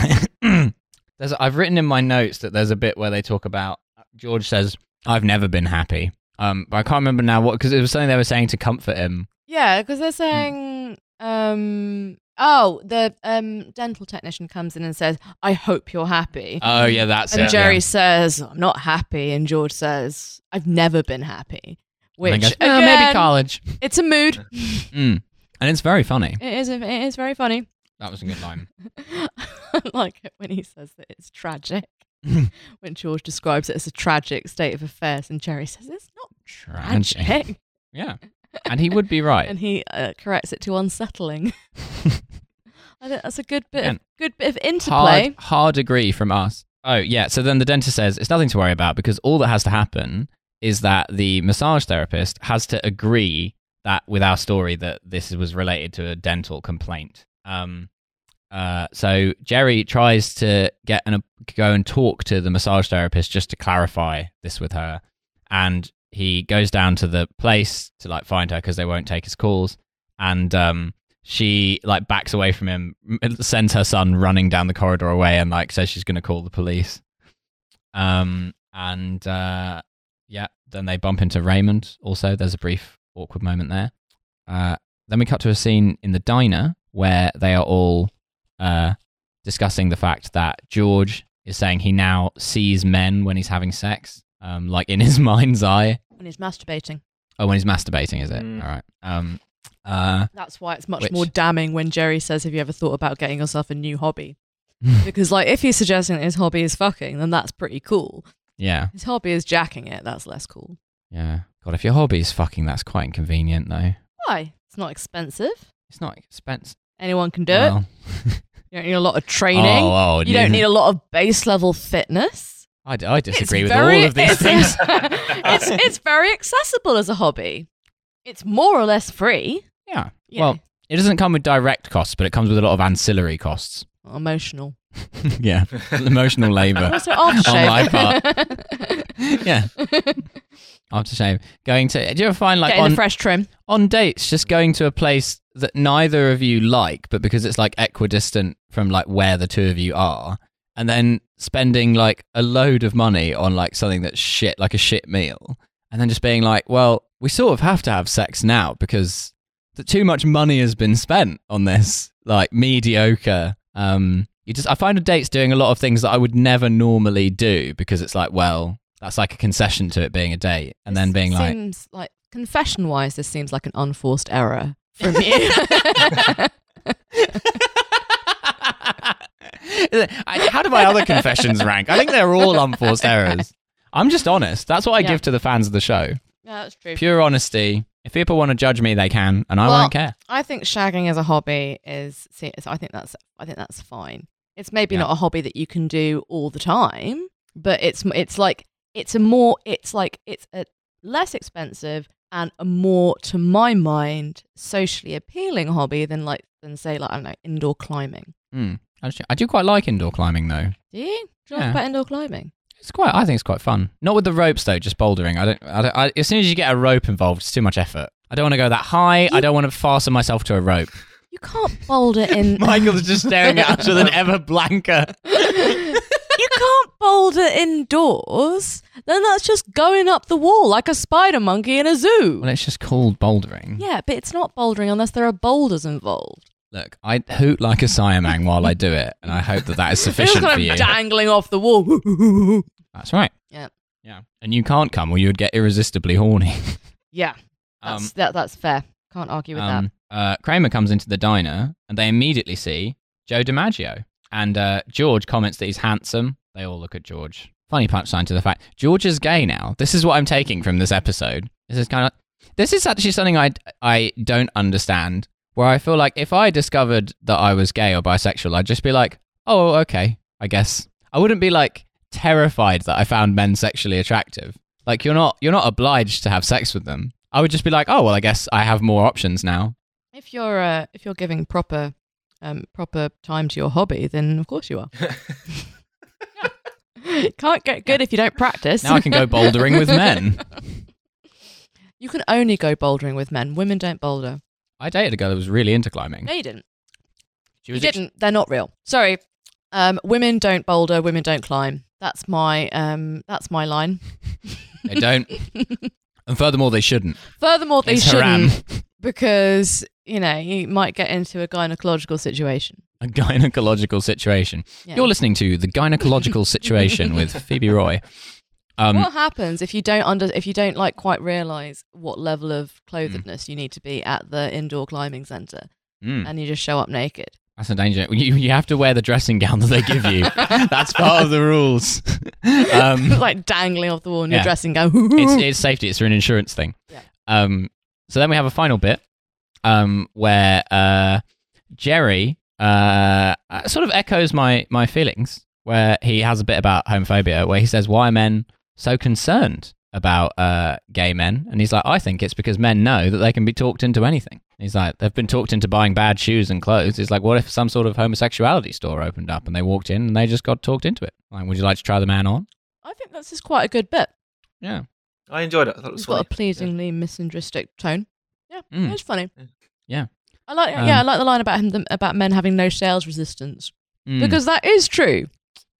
A: there's, I've written in my notes that there's a bit where they talk about George says, "I've never been happy." Um, but I can't remember now what because it was something they were saying to comfort him.
B: Yeah, because they're
A: Hmm.
B: saying, um, oh, the um, dental technician comes in and says, I hope you're happy.
A: Oh yeah, that's
B: Mm. and
A: it.
B: Jerry
A: yeah.
B: says, I'm not happy. And George says, I've never been happy.
A: And
B: Which,
A: they goes, "Oh, maybe
B: again,
A: college.
B: it's a mood.
A: Mm. And it's very funny.
B: It is, it is very funny.
A: That was a good line.
B: I like it when he says that it's tragic. when George describes it as a tragic state of affairs, and Jerry says, It's not
A: Tragic.
B: tragic.
A: Yeah. and he would be right.
B: and he uh, corrects it to unsettling. I think that's a good bit, of,
A: Again,
B: good bit of
A: hard,
B: interplay.
A: hard agree from us. Oh, yeah. So then the dentist says it's nothing to worry about because all that has to happen is that the massage therapist has to agree that with our story that this was related to a dental complaint. Um, uh, so Jerry tries to get an go and talk to the massage therapist just to clarify this with her, and he goes down to the place to like find her because they won't take his calls, and um, she like backs away from him, m- sends her son running down the corridor away, and like says she's going to call the police. Um, and uh, yeah, then they bump into Raymond. Also, there's a brief awkward moment there. Uh, then we cut to a scene in the diner where they are all uh, discussing the fact that George is saying he now sees men when he's having sex, um, like in his mind's eye.
B: when he's masturbating.
A: Oh, when he's masturbating, is it?
C: Mm.
A: All right. Um, uh,
B: That's why it's much
A: Which-
B: more damning when Jerry says, "Have you ever thought about getting yourself a new hobby?" because like if he's suggesting that his hobby is fucking, then that's pretty cool.
A: yeah.
B: His hobby is jacking it. That's less cool.
A: Yeah. God, if your hobby is fucking, that's quite inconvenient, though.
B: Why? It's not expensive.
A: It's not expensive.
B: Anyone can do it.
A: Well,
B: You don't need a lot of training.
A: Oh, oh,
B: you don't need a lot of base level fitness.
A: I, d- I disagree
B: It's
A: with
B: very-
A: all of these things.
B: it's- it's it's very accessible as a hobby. It's more or less free.
A: Yeah.
B: Yeah.
A: Well, it doesn't come with direct costs, but it comes with a lot of ancillary costs.
B: Emotional.
A: yeah.
B: uh,
A: Emotional labour.
B: Also
A: uh,
B: aftershave.
A: my part. yeah. Aftershave. Going to. Do you ever find like
B: Getting
A: on
B: the fresh trim.
A: on dates just going to a place that neither of you like but because it's like equidistant from like where the two of you are and then spending like a load of money on like something that's shit like a shit meal and then just being like well we sort of have to have sex now because the, too much money has been spent on this like mediocre um you just i find a date's doing a lot of things that i would never normally do because it's like well that's like a concession to it being a date and then
B: This
A: being like
B: seems like confession wise, this seems like an unforced error from you.
A: I- How do my other confessions rank? I think they're all unforced errors. I'm just honest. That's what I
B: Yeah.
A: give to the fans of the show.
B: yeah, that's true.
A: Pure honesty. If people want to judge me, they can, and I
B: Well-
A: won't care.
B: I think shagging as a hobby is. See, so I think that's. I think that's fine. It's maybe
A: Yeah.
B: not a hobby that you can do all the time, but it's. It's like it's a more. It's like it's a less expensive and a more, to my mind, socially appealing hobby than like than say like I don't know indoor climbing.
A: Hmm. Actually, I do quite like indoor climbing, though.
B: Do you? Do you like
A: Yeah.
B: about indoor climbing?
A: It's quite. I think it's quite fun. Not with the ropes though. Just bouldering. I don't. I don't I, as soon as you get a rope involved, it's too much effort. I don't want to go that high. I don't want to fasten myself to a rope.
B: You can't boulder in.
A: Michael's just staring at us with an ever blanker.
B: you can't boulder indoors. Then that's just going up the wall like a spider monkey in a zoo.
A: Well, it's just called bouldering.
B: Yeah, but it's not bouldering unless there are boulders involved.
A: Look, I hoot like a Siamang while I do it, and I hope that that is sufficient for you.
B: dangling off the wall.
A: That's right.
B: Yeah.
A: Yeah. And you can't come, or you would get irresistibly horny.
B: yeah, that's that, that's fair. Can't argue with
A: um, uh, Kramer comes into the diner, and they immediately see Joe DiMaggio. And uh, George comments that he's handsome. They all look at George. Funny punchline to the fact George is gay now. This is what I'm taking from this episode. This is kind of this is actually something I I don't understand. Where I feel like if I discovered that I was gay or bisexual, I'd just be like, oh, okay, I guess. I wouldn't be like terrified that I found men sexually attractive. Like you're not you're not obliged to have sex with them. I would just be like, oh well, I guess I have more options now.
B: that. If you're uh, if you're giving proper um, proper time to your hobby, then of course you are. Can't get good if you don't practice.
A: Now I can go bouldering with men.
B: You can only go bouldering with men. Women don't boulder.
A: I dated a girl that was really into climbing.
B: No, you didn't.
A: She
B: You
A: was
B: didn't. They're not real. Sorry. Um, women don't boulder. Women don't climb. That's my um, that's my line.
A: They don't. and furthermore, they shouldn't.
B: Furthermore, they
A: It's haram.
B: shouldn't because you know you might get into a gynecological situation.
A: A gynecological situation.
B: Yeah.
A: You're listening to the gynecological situation with Phoebe Roy. Um,
B: what happens if you don't under if you don't like quite realize what level
A: Hmm.
B: of clothedness you need to be at the indoor climbing center
A: mm,
B: and you just show up naked?
A: that's a danger. You, you have to wear the dressing gown that they give you. that's part of the rules. um,
B: like dangling off the wall in your
A: Yeah.
B: dressing gown.
A: it's, it's safety. It's an insurance thing.
B: Mm-hmm. Yeah.
A: Um, So then we have a final bit um, where uh, Jerry uh, uh, sort of echoes my, my feelings, where he has a bit about homophobia, where he says, Why are men so concerned about uh, gay men? And he's like, I think it's because men know that they can be talked into anything. He's like, They've been talked into buying bad shoes and clothes. He's like, What if some sort of homosexuality store opened up and they walked in and they just got talked into it? Like, would you like to try the man on?
B: I think that's just quite a good bit.
A: Yeah.
C: I enjoyed it. I thought it was
B: It's got
C: funny.
B: a pleasingly misogynistic tone. Yeah,
A: Mm.
B: it's funny.
A: Yeah.
B: I like.
A: Um,
B: yeah, I like the line about him about men having no sales resistance
A: Mm.
B: because that is true.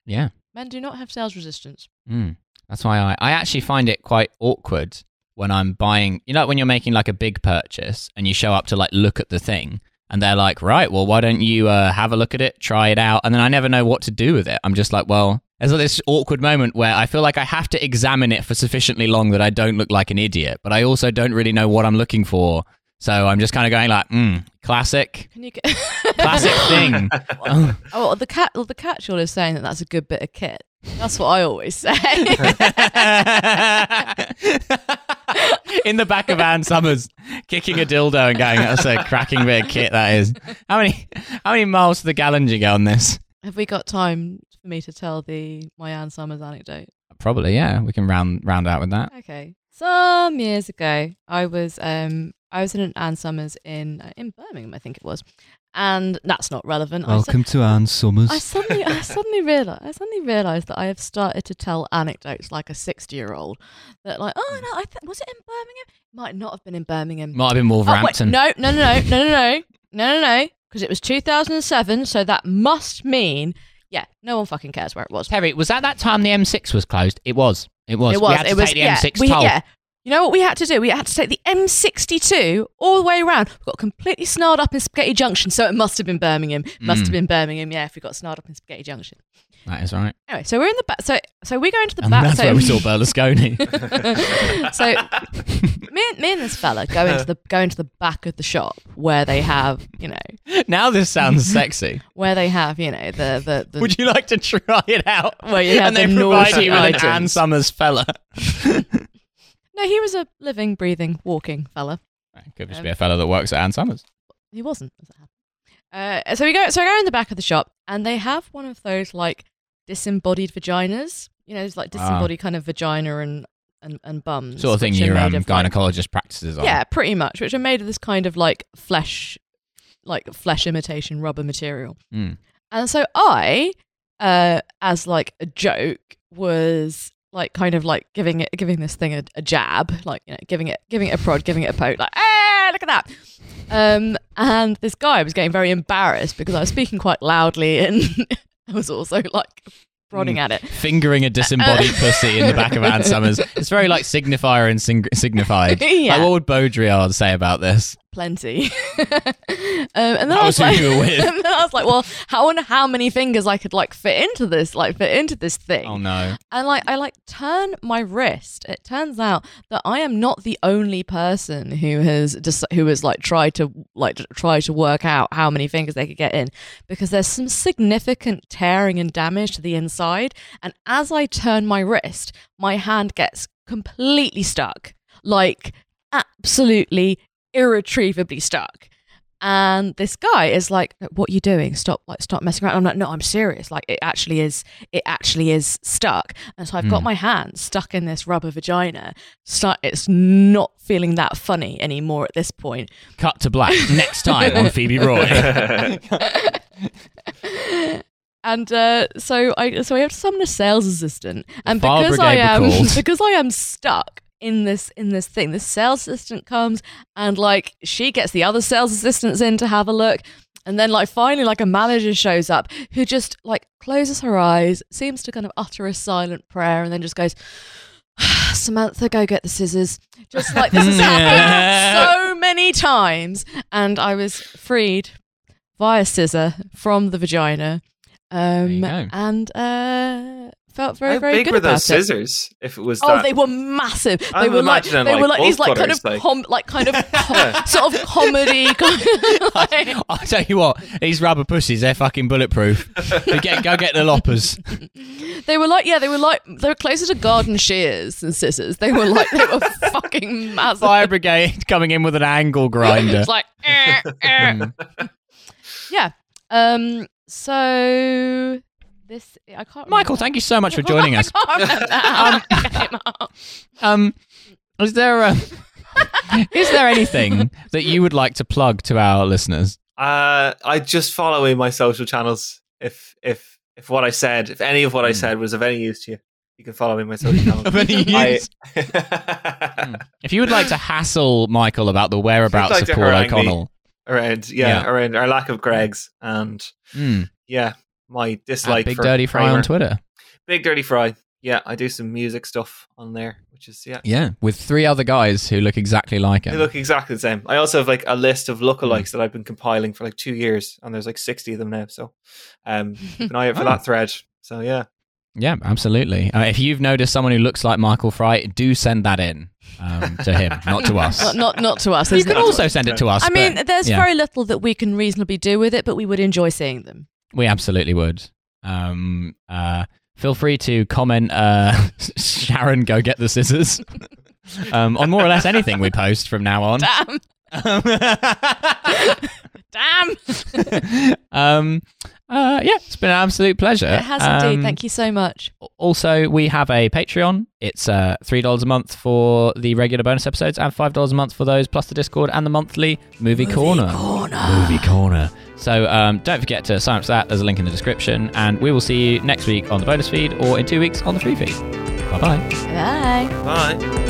A: yeah.
B: Men do not have sales resistance.
A: Mm. That's why I, I actually find it quite awkward when I'm buying, you know, when you're making like a big purchase and you show up to like look at the thing and they're like, right, well, why don't you uh, have a look at it, try it out? And then I never know what to do with it. I'm just like, well, there's this awkward moment where I feel like I have to examine it for sufficiently long that I don't look like an idiot, but I also don't really know what I'm looking for. So I'm just kind of going like, mm, classic,
B: Can you get
A: classic thing. Oh.
B: Oh, well, the cat. Well, the catch-all is saying that that's a good bit of kit. That's what I always say.
A: in the back of Ann Summers, kicking a dildo and going, "That's a cracking bit of kit that is." How many how many miles to the gallon do you get on this?
B: have we got time for me to tell the my Anne Summers anecdote?
A: Probably, yeah. We can round round out with that.
B: Okay. Some years ago, I was um I was in an Anne Summers in uh, in Birmingham, I think it was, and that's not relevant. I, su-
A: to Ann Summers.
B: I suddenly I suddenly realized I suddenly realized that I have started to tell anecdotes like a sixty year old that like oh no I th- was it in Birmingham? Might not have been in Birmingham.
A: Might have been
B: Oh, wait,
A: Wolverhampton.
B: no, no, no, no, no, no, no, no, no, no, because it was 2007, so that must mean, yeah, no one fucking cares where it was.
A: Terry, was that that time the M6 was closed? It was. It was.
B: It was.
A: We had to
B: it was.
A: take the
B: yeah,
A: M6
B: we-
A: toll.
B: yeah. You know what we had to do? We had to take the M62 all the way around. We got completely snarled up in Spaghetti Junction, so it must have been Birmingham. Must have
A: Mm.
B: been Birmingham, yeah. If we got snarled up in Spaghetti Junction.
A: That is right.
B: Anyway, so we're in the back. So so we go into the
A: And
B: back.
A: that's
B: so
A: where we saw Berlusconi.
B: so me and me and this fella go into the go into the back of the shop where they have you know
A: now this sounds sexy.
B: where they have you know the the, the
A: Would you like to try it out?
B: Well, you have
A: and they
B: the
A: provide
B: naughty
A: you with
B: items.
A: an Ann Summers fella.
B: No, he was a living, breathing, walking fella.
A: It could just
B: Um,
A: be a fellow that works at Ann Summers.
B: He wasn't. as it happened. Uh, so we go. So I go in the back of the shop, and they have one of those like disembodied vaginas. You know, there's like
A: Ah.
B: disembodied kind of vagina and and, and bums
A: Sort of thing
B: which are
A: your um, oh.
B: made of, like-
A: gynecologist practices on.
B: yeah, pretty much, which are made of this kind of like flesh, like flesh imitation rubber material.
A: Mm.
B: And so I, uh, as like a joke, was like kind of like giving it, giving this thing a, a jab, like you know, giving it, giving it a prod, giving it a poke, like, hey, look at that. Um, and this guy was getting very embarrassed because I was speaking quite loudly and I was also like prodding
A: Mm.
B: at it.
A: Fingering a
B: Uh,
A: disembodied pussy in the back of Ann Summers. It's very like signifier and sing- signified.
B: Yeah.
A: Like, what would Baudrillard say about this?
B: plenty. um, and then
A: That
B: I
A: was
B: was,
A: who
B: like,
A: you were with.
B: and then I was like, well, how wonder how many fingers I could like fit into this, like fit into this thing.
A: Oh no.
B: And like I like turn my wrist. It turns out that I am not the only person who has just who has like tried to like try to work out how many fingers they could get in because there's some significant tearing and damage to the inside. And as I turn my wrist, my hand gets completely stuck, like absolutely irretrievably stuck. And this guy is like, "What are you doing? Stop! Like, stop messing around." I'm like, "No, I'm serious. Like, it actually is. It actually is stuck." And so I've got
A: Hmm.
B: my hand stuck in this rubber vagina. So it's not feeling that funny anymore at this point.
A: Cut to black. Next time on Phoebe Roy.
B: And uh, so I so I have to summon a sales assistant, and
A: fire
B: because
A: brigade
B: I
A: were
B: am
A: called.
B: because I am stuck in this in this thing, the sales assistant comes and like she gets the other sales assistants in to have a look, and then like finally like a manager shows up who just like closes her eyes, seems to kind of utter a silent prayer, and then just goes. Samantha, go get the scissors. Just like this has happened so many times, and I was freed via scissor from the vagina. Um,
A: There you go.
B: and uh, felt very,
C: How
B: very
C: big
B: good
C: were
B: about
C: those
B: it.
C: scissors? If it was
B: Oh,
C: that,
B: they were massive. They
C: I'm
B: were like they
C: imagining, like,
B: were like these
C: bolt
B: like kind of
C: cutters, like-
B: com- like kind of com- sort of comedy. Kind of like,
A: I'll tell you what, these rubber pussies, they're fucking bulletproof. Go get, go get the loppers.
B: they were like yeah, they were like they were closer to garden shears than scissors. They were like they were fucking massive.
A: Fire brigade coming in with an angle grinder.
B: It's like eh, eh.
A: Mm.
B: yeah. Um. So this I can't.
A: Michael,
B: remember.
A: thank you so much for joining us.
B: I can't remember how it came up.
A: Um, is there a, is there anything that you would like to plug to our listeners?
C: uh, I just follow in my social channels. If if if what I said, if any of what I
A: Hmm.
C: said was of any use to you, you can follow me in my social channels.
A: Of any
C: I-
A: use? If you would like to hassle Michael about the whereabouts
C: like
A: of
C: to
A: Paul
C: harangue me.
A: O'Connell,
C: around yeah,
A: Yeah.
C: around our lack of Greg's and
A: mm,
C: yeah, my
A: at
C: dislike
A: Big
C: for
A: Dirty Fry
C: Kramer.
A: on Twitter.
C: Big Dirty Fry. Yeah, I do some music stuff on there, which is yeah.
A: Yeah, with three other guys who look exactly like
C: They
A: him.
C: look exactly the same. I also have like a list of lookalikes that I've been compiling for like two years, and there's like sixty of them now. So, um, keep an eye out for
A: Oh.
C: that thread. So yeah,
A: yeah, absolutely. Uh, if you've noticed someone who looks like Michael Fry, do send that in um, to him, not to us.
B: Not, not not to us.
A: you
B: isn't
A: can
B: it?
A: also send it to us.
B: I
A: but
B: mean, there's
A: yeah.
B: very little that we can reasonably do with it, but we would enjoy seeing them.
A: we absolutely would. Um, uh, feel free to comment, uh, Sharon, go get the scissors. um, on more or less anything we post from now on.
B: Damn, damn.
A: um, uh, yeah, it's been an absolute pleasure.
B: It has indeed.
A: Um,
B: Thank you so much.
A: Also, we have a Patreon. It's uh, three dollars a month for the regular bonus episodes, and five dollars a month for those, plus the Discord and the monthly movie, corner. Movie corner. So um, don't forget to sign up to that. There's a link in the description, and we will see you next week on the bonus feed, or in two weeks on the free feed. Bye bye.
B: Bye.
C: bye.